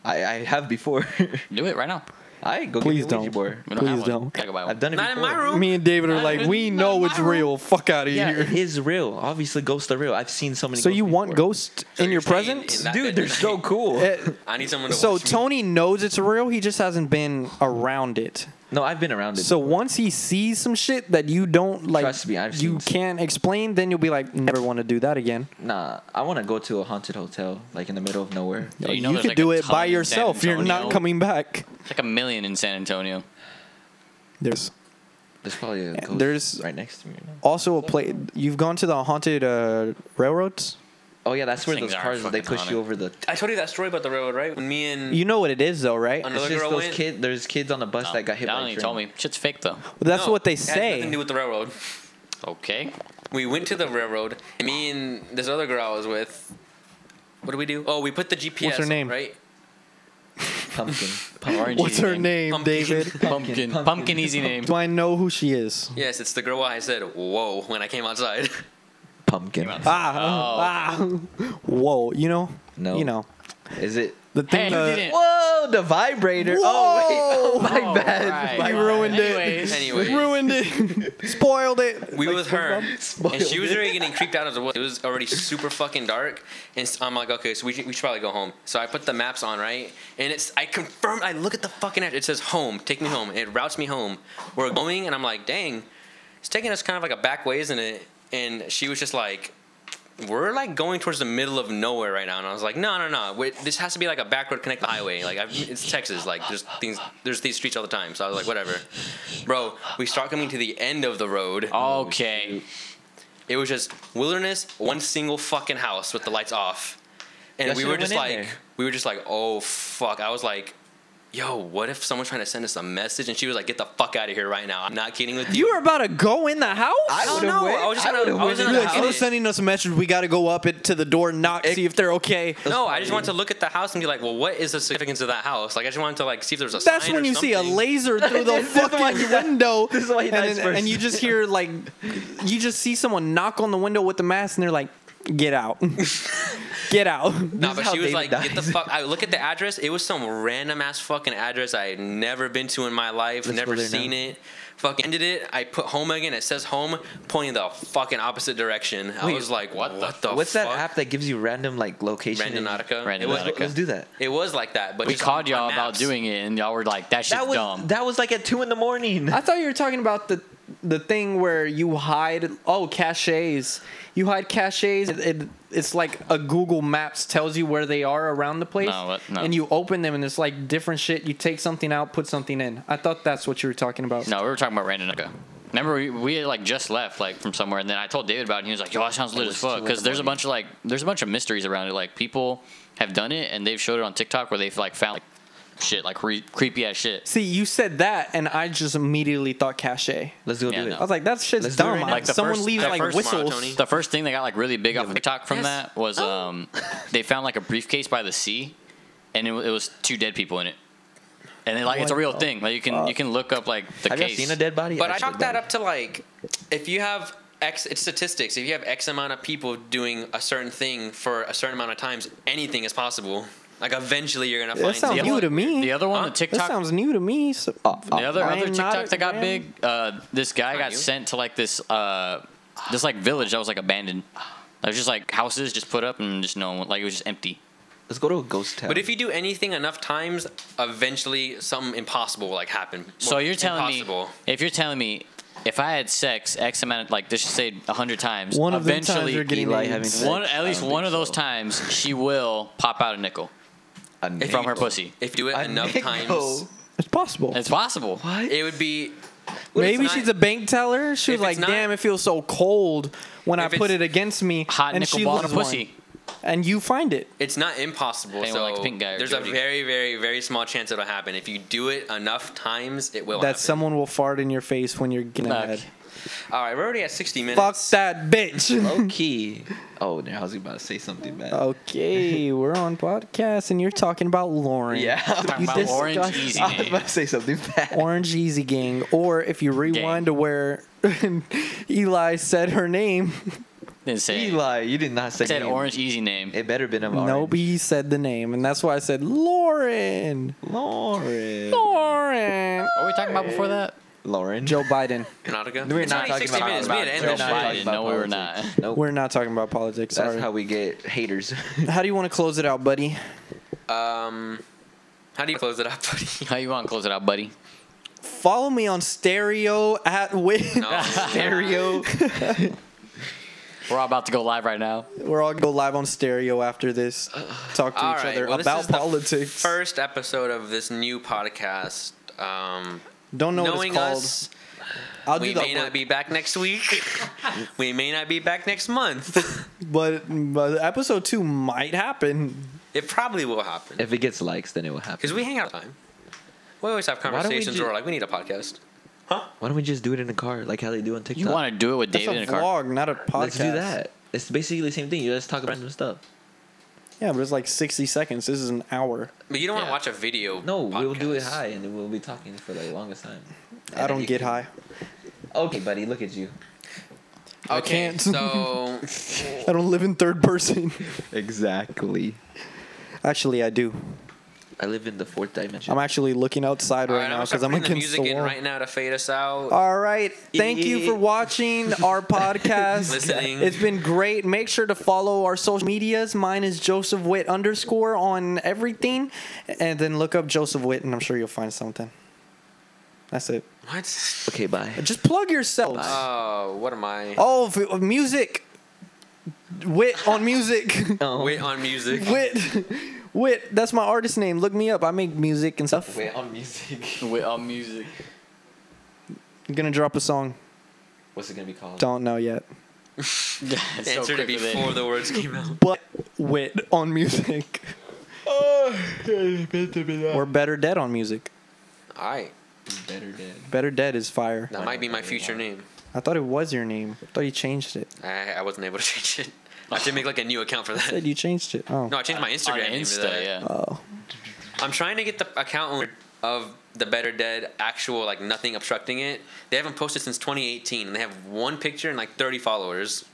C: I, I have before.
E: Do it right now.
C: I go
D: Please
C: get me a Ouija
D: don't.
C: board.
E: We don't have
D: Please
E: one.
D: don't.
E: Gotta go buy one.
C: I've done it
B: Not in
C: before.
B: my room.
D: Me and David are
E: I
D: like,
E: didn't
D: we
E: even
D: know
E: know
D: it's
E: my room."
D: real. Fuck out of
C: Yeah,
D: here.
C: it is real. Obviously, ghosts are real. I've seen so many.
D: So
C: ghosts
D: you want
C: before.
D: ghosts
B: So
D: in
B: you're
D: your
B: saying
D: presence?
B: in that
C: Dude,
B: bed
C: they're
B: tonight.
C: so cool.
D: Eh,
B: I need someone to
D: so
B: watch me.
D: Tony knows it's real. He just hasn't been around it.
C: No, I've been around it.
D: So once he sees some shit that you don't like,
C: Trust me, I've
D: you
C: seen some.
D: can't explain. Then you'll be like, never want to do that again.
C: nah, I want to go to a haunted hotel, like in the middle of nowhere.
E: Yeah, you know
D: you
E: there's
D: could
E: like
D: do
E: a
D: it
E: ton
D: by
E: in San
D: yourself. You're not
E: Antonio.
D: coming back.
E: It's like a million in San Antonio.
D: There's
C: There's probably a ghost
D: there's-
C: right next to me. right now.
D: also a place. You've gone to the haunted uh, railroads.
C: Oh yeah, that's where
E: Things
C: those
E: aren't
C: cars they
E: fucking
C: push
E: haunted.
C: you over the.
B: I told you that story about the railroad, right? When me and
D: You know what it is, though, right?
B: Another
C: It's just
B: girl
C: those
B: went.
C: kid. There's kids on the bus that got hit by a
E: Donnie
C: train.
E: told me shit's fake though.
D: That's
B: No,
D: what they
B: it has nothing to do
D: say.
B: with the railroad.
E: Okay.
B: We went to the railroad. and Me and this other girl I was with, What do we do? Oh, we put the GPS.
A: What's her name?
B: Right.
C: Pumpkin.
E: RNG.
D: What's her name,
B: Pumpkin.
D: David?
E: Pumpkin. Pumpkin. easy name.
D: Do I know who she is?
B: Yes, it's the girl I said "whoa" when I came outside.
C: Pumpkin.
D: Ah, ah. Whoa, you know?
C: Oh. No.
D: You know.
C: Is it?
D: The
E: Hey,
D: thing
E: you
D: that-
E: didn't.
C: Whoa, the vibrator. Oh wait. Oh my
E: Oh,
C: bad.
E: right.
D: You ruined it.
E: Anyways.
B: anyway,
D: ruined it. Spoiled it.
B: we with her,
C: SpongeBob?
B: and she was already getting creeped out as well. It was already super fucking dark, and s- I'm like, okay, so we should, we should probably go home. So I put the maps on, right? And it's I confirmed. I look at the fucking app. It says home. Take me home. and It routes me home. We're going, and I'm like, dang, it's taking us kind of like a back way, isn't it? And she was just like. We're like going towards the middle of nowhere right now, and I was like, "No, no, no! Wait, this has to be like a back road connect highway. Like, I've, it's Texas. Like, there's things, there's these streets all the time." So I was like, "Whatever, bro." We start coming to the end of the road.
E: Oh, Okay.
B: It was just wilderness, one single fucking house with the lights off. And
C: Y'all
B: we
C: should've
B: were
C: went
B: just
C: in
B: like,
C: there.
B: we were just like, oh fuck. I was like, yo, what if someone's trying to send us a message? And she was like, get the fuck out of here right now. I'm not kidding with you.
D: You were about to go in the house?
C: I
B: don't
C: would've
B: know.
C: went-
B: I was just
C: I
B: gonna-
C: would've
B: I was
C: went
B: gonna
C: in the
B: house.
C: house.
D: Someone's sending us a message. We got to go up it, to the door, knock, see if they're okay.
B: no, I just wanted to look at the house and be like, well, what is the significance of that house? Like, I just wanted to like see if there was a
D: That's
B: sign
D: when
B: or
D: you see a
B: something.
D: laser through the
C: This is why
D: fucking
C: he-
D: window.
C: this is why he
D: and,
C: dies
D: then- and
C: first.
D: you just hear like, you just see someone knock on the window with the mask, and they're like, "Get out, get out."
B: No,
C: This
B: but
C: is how
B: she was
C: David
B: like, get the
C: dies.
B: fuck. I look at the address. It was some random ass fucking address I had never been to in my life,
C: Let's
B: never
C: go there
B: seen
C: now.
B: it. Fucking ended it. I put home again. It says home, pointing the fucking opposite direction. I
C: Wait,
B: was like, what, the,
C: What's
B: fuck?
C: that app that gives you random like location?
B: Random Nautica.
E: Random
B: it was,
E: Nautica.
C: Let's do that.
B: It was like that, but
E: We
B: just
E: called
B: on
E: y'all about
B: maps.
E: doing it, and y'all were like, "That shit's
C: That was
E: dumb."
C: that was like at two in the morning.
D: I thought you were talking about the the thing where you hide oh caches. You hide caches. It, it- it's like a Google Maps tells you where they are around the place,
E: No, what- no.
D: and you open them, and it's like different shit. You take something out, put something in. I thought that's what you were talking about.
E: no, we were talking about Randonica. Remember, we, we had like just left like from somewhere, and then I told David about it. and He was like, "Yo, that sounds lit as fuck." Because there's a bunch of like there's a bunch of mysteries around it. Like people have done it, and they've showed it on TikTok where they've like found like shit, like re- creepy ass shit.
D: See, you said that, and I just immediately thought cache.
C: Let's do it.
E: Yeah,
C: do it.
E: no.
D: I was like, that shit's
C: Let's do it
D: dumb.
C: right
D: I-
C: now. Like
E: the
D: someone
E: first-
D: leave
B: the
D: like
B: first
D: whistles.
B: monotony.
E: The first thing that got like really big off of TikTok from
B: Yes.
E: that was um, they found like a briefcase by the sea, and it, wa- it was two dead people in it. And they, like it's a real thing. Like you can you can look up like the
C: Have you
E: case.
C: seen a dead body?
B: But I
C: I've seen a
B: chalked that
C: body.
B: up to like, if you have X, it's statistics. If you have X amount of people doing a certain thing for a certain amount of times, anything is possible. Like eventually, you're gonna
D: That
B: find.
D: sounds
E: The
D: new
E: other-
D: to me.
E: The other one,
B: Huh?
E: the
D: that
E: TikTok
D: sounds new to me. So, uh,
E: The other
D: I'm
E: other
D: not
E: TikTok that got
D: around.
E: big, uh, this guy
B: Not
E: got
B: you.
E: sent to like this uh, this like village that was like abandoned. It was just like houses just put up and just no one like it was just empty.
C: Let's go to a ghost town.
B: But if you do anything enough times, eventually something impossible will like happen.
E: So
B: Well,
E: you're telling
B: impossible.
E: me if you're telling me if I had sex X amount of like this should say hundred times,
D: One of them times
E: eventually
D: you're getting
C: Eli
D: AIDS.
C: having sex.
E: one
C: I
E: at
C: don't
E: least
C: think
E: one of
C: so.
E: those times she will pop out a nickel
C: A nickel.
E: from her pussy.
B: if you do it
C: A
B: enough
C: nickel.
B: times,
D: It's possible.
E: It's possible.
B: it would be.
D: Maybe
B: it's
D: she's
B: not-
D: a bank teller. She
B: if
D: was like,
B: it's not-
D: "Damn, it feels so cold when I
B: If
D: put it
B: it's
D: against me."
E: Hot
D: and
E: nickel
D: she
E: ball and a
D: loses one.
E: pussy.
D: and you find it.
B: It's not impossible.
E: Anyone
B: So
E: like the pink guy or
B: there's
E: Jody?
B: a very, very, very small chance it'll happen. If you do it enough times, it will.
D: That
B: happen.
D: someone will fart in your face when you're getting
E: Fuck.
D: mad.
B: All right, we're already at 60 minutes.
D: Fuck that bitch.
C: Low key. Oh, now I was about to say something bad.
D: Oh, okay, we're on podcast and you're talking about Lauren.
C: yeah.
E: Talking
D: You
E: about orange
D: disgust-
E: easy
C: I was
E: name.
C: about to say something bad.
D: Orange Easy Gang, or if you rewind to where Eli said her name,
E: Didn't say it.
C: Eli, you did not say.
E: said
C: name.
E: orange easy name.
C: It better been an orange.
D: nobody said the name, and that's why I said Lauren.
C: Lauren.
D: Lauren.
E: What were we talking about before that?
C: Lauren.
D: Joe Biden.
B: Nautica.
C: We're
B: it's
C: not
B: already
C: talking
B: 60
C: about
B: minutes. We
C: Joe
B: had to end
C: Biden.
B: this shit.
E: Biden. No, we were not.
C: Nope.
D: We're not talking about politics.
C: That's
D: sorry.
C: how we get haters.
D: How do you want to close it out, buddy?
B: Um, how do you close it up, buddy?
E: How you want to close it out, buddy?
D: Follow me on stereo at win.
B: No.
C: Stereo.
E: We're all about to go live right now.
D: We're all go live on stereo after this. Talk to
B: Uh, All
D: each
B: right,
D: other
B: well, this
D: about
B: is the
D: politics.
B: First episode of this new podcast. Um,
D: Don't know what
B: knowing
D: it's called.
B: us,
D: I'll
B: we
D: do the
B: may not
D: upload.
B: be back next week. we may not be back next month.
D: but, but episode two might happen.
B: It probably will happen
C: if it gets likes, then it will happen.
B: because we hang out all the time. We always have
C: don't we
B: conversations
C: do-
B: where we're like, we need a podcast.
C: Why don't we just do it in the car, like how they do on TikTok?
E: You want to do it with
D: That's
E: David in
D: a
E: a car?
D: vlog, not a podcast.
C: Let's do that. It's basically the same thing. You just talk about random stuff.
D: Yeah, but it's like 60 seconds. This is an hour.
B: But you don't
E: Yeah.
B: want to watch a video.
C: No, we'll do it
B: podcast.
C: high and then we'll be talking for like the longest time.
D: I don't get high.
C: Okay, buddy, look at you.
B: Okay,
D: can't.
B: so
D: I don't live in third person.
C: Exactly.
D: actually, I do.
C: I live in the fourth dimension.
D: I'm actually looking outside
B: all
D: right,
B: right, I'm
D: now
B: gonna
D: because
B: start
D: I'm
B: putting the
D: against
B: music
D: the,
B: in
D: wall. Uh,
B: right now to fade us out.
D: All right. Thank you for watching our podcast.
B: Listening.
D: It's been great. Make sure to follow our social medias. Mine is Joseph Witt underscore on everything. And then look up Joseph Witt, and I'm sure you'll find something. That's it.
B: What?
C: Okay, bye.
D: Just plug yourselves.
B: Oh, what am I?
D: Oh, f- music. Wit on music.
C: No.
B: Wait on music.
D: Wit. Wit. That's my artist name. Look me up. I make music and stuff.
C: Wait on music.
E: With all music.
D: I'm gonna drop a song.
C: What's it gonna be called?
D: Don't know yet.
B: Answered it before the words came out.
D: But wit on music. or better dead on music.
B: All right,
C: Better dead.
D: Better dead is fire.
B: that might be my future name.
D: I thought it was your name. I thought you changed it.
B: I, I wasn't able to change it. I should make like a new account for
D: I
B: that.
D: said you changed it. Oh.
B: No, I changed my Instagram
E: On
B: name to that.
E: Insta, yeah.
D: Oh.
B: I'm trying to get the account owner of the Better Dead actual like nothing obstructing it. They haven't posted since 2018, and they have one picture and like 30 followers.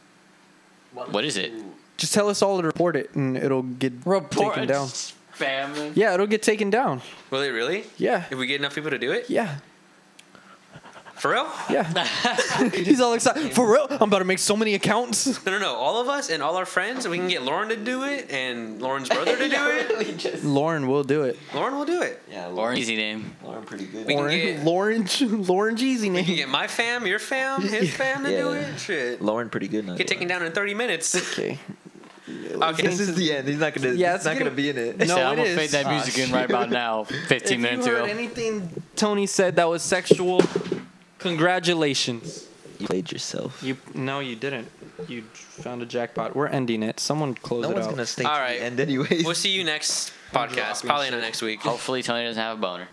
E: What is it?
D: Just tell us all to report it and it'll get taken down.
E: Family.
D: Yeah, it'll get taken down.
B: Will it really?
D: Yeah.
B: If we get enough people to do it,
D: Yeah.
B: for real?
D: Yeah. He's all excited. For real? I'm about to make so many accounts.
B: No, no, no. All of us and all our friends, we can get Lauren to do it and Lauren's brother to do it.
D: Lauren will do it.
B: Lauren will do it.
C: Yeah,
E: Or
C: Lauren.
E: easy name.
C: Lauren, pretty good.
B: We can
D: Lauren,
B: get-
D: Lauren, Lauren Jeezy
B: You can
D: name.
B: get my fam, your fam, his fam to do
C: Yeah.
B: it. Shit.
C: Lauren, pretty good.
B: Get taken down in 30 minutes.
D: Okay.
B: Okay.
C: This is the end. He's not gonna.
D: Yeah,
C: Yeah,
D: it's
C: it's not gonna
D: gonna-
C: be in it.
D: No,
E: So
D: it
E: I'm gonna
D: is.
E: fade that
D: Ah,
E: music in right about now. 15
D: if you
E: minutes
D: heard
E: ago.
D: anything Tony said that was sexual, congratulations.
C: You played yourself.
D: You no, you didn't. You found a jackpot. We're ending it. Someone close
C: No
D: it
C: one's
D: out.
C: gonna stay
B: All
C: to
B: right.
C: the end anyways.
B: We'll see you next podcast. Probably not next week.
E: Hopefully Tony doesn't have a boner.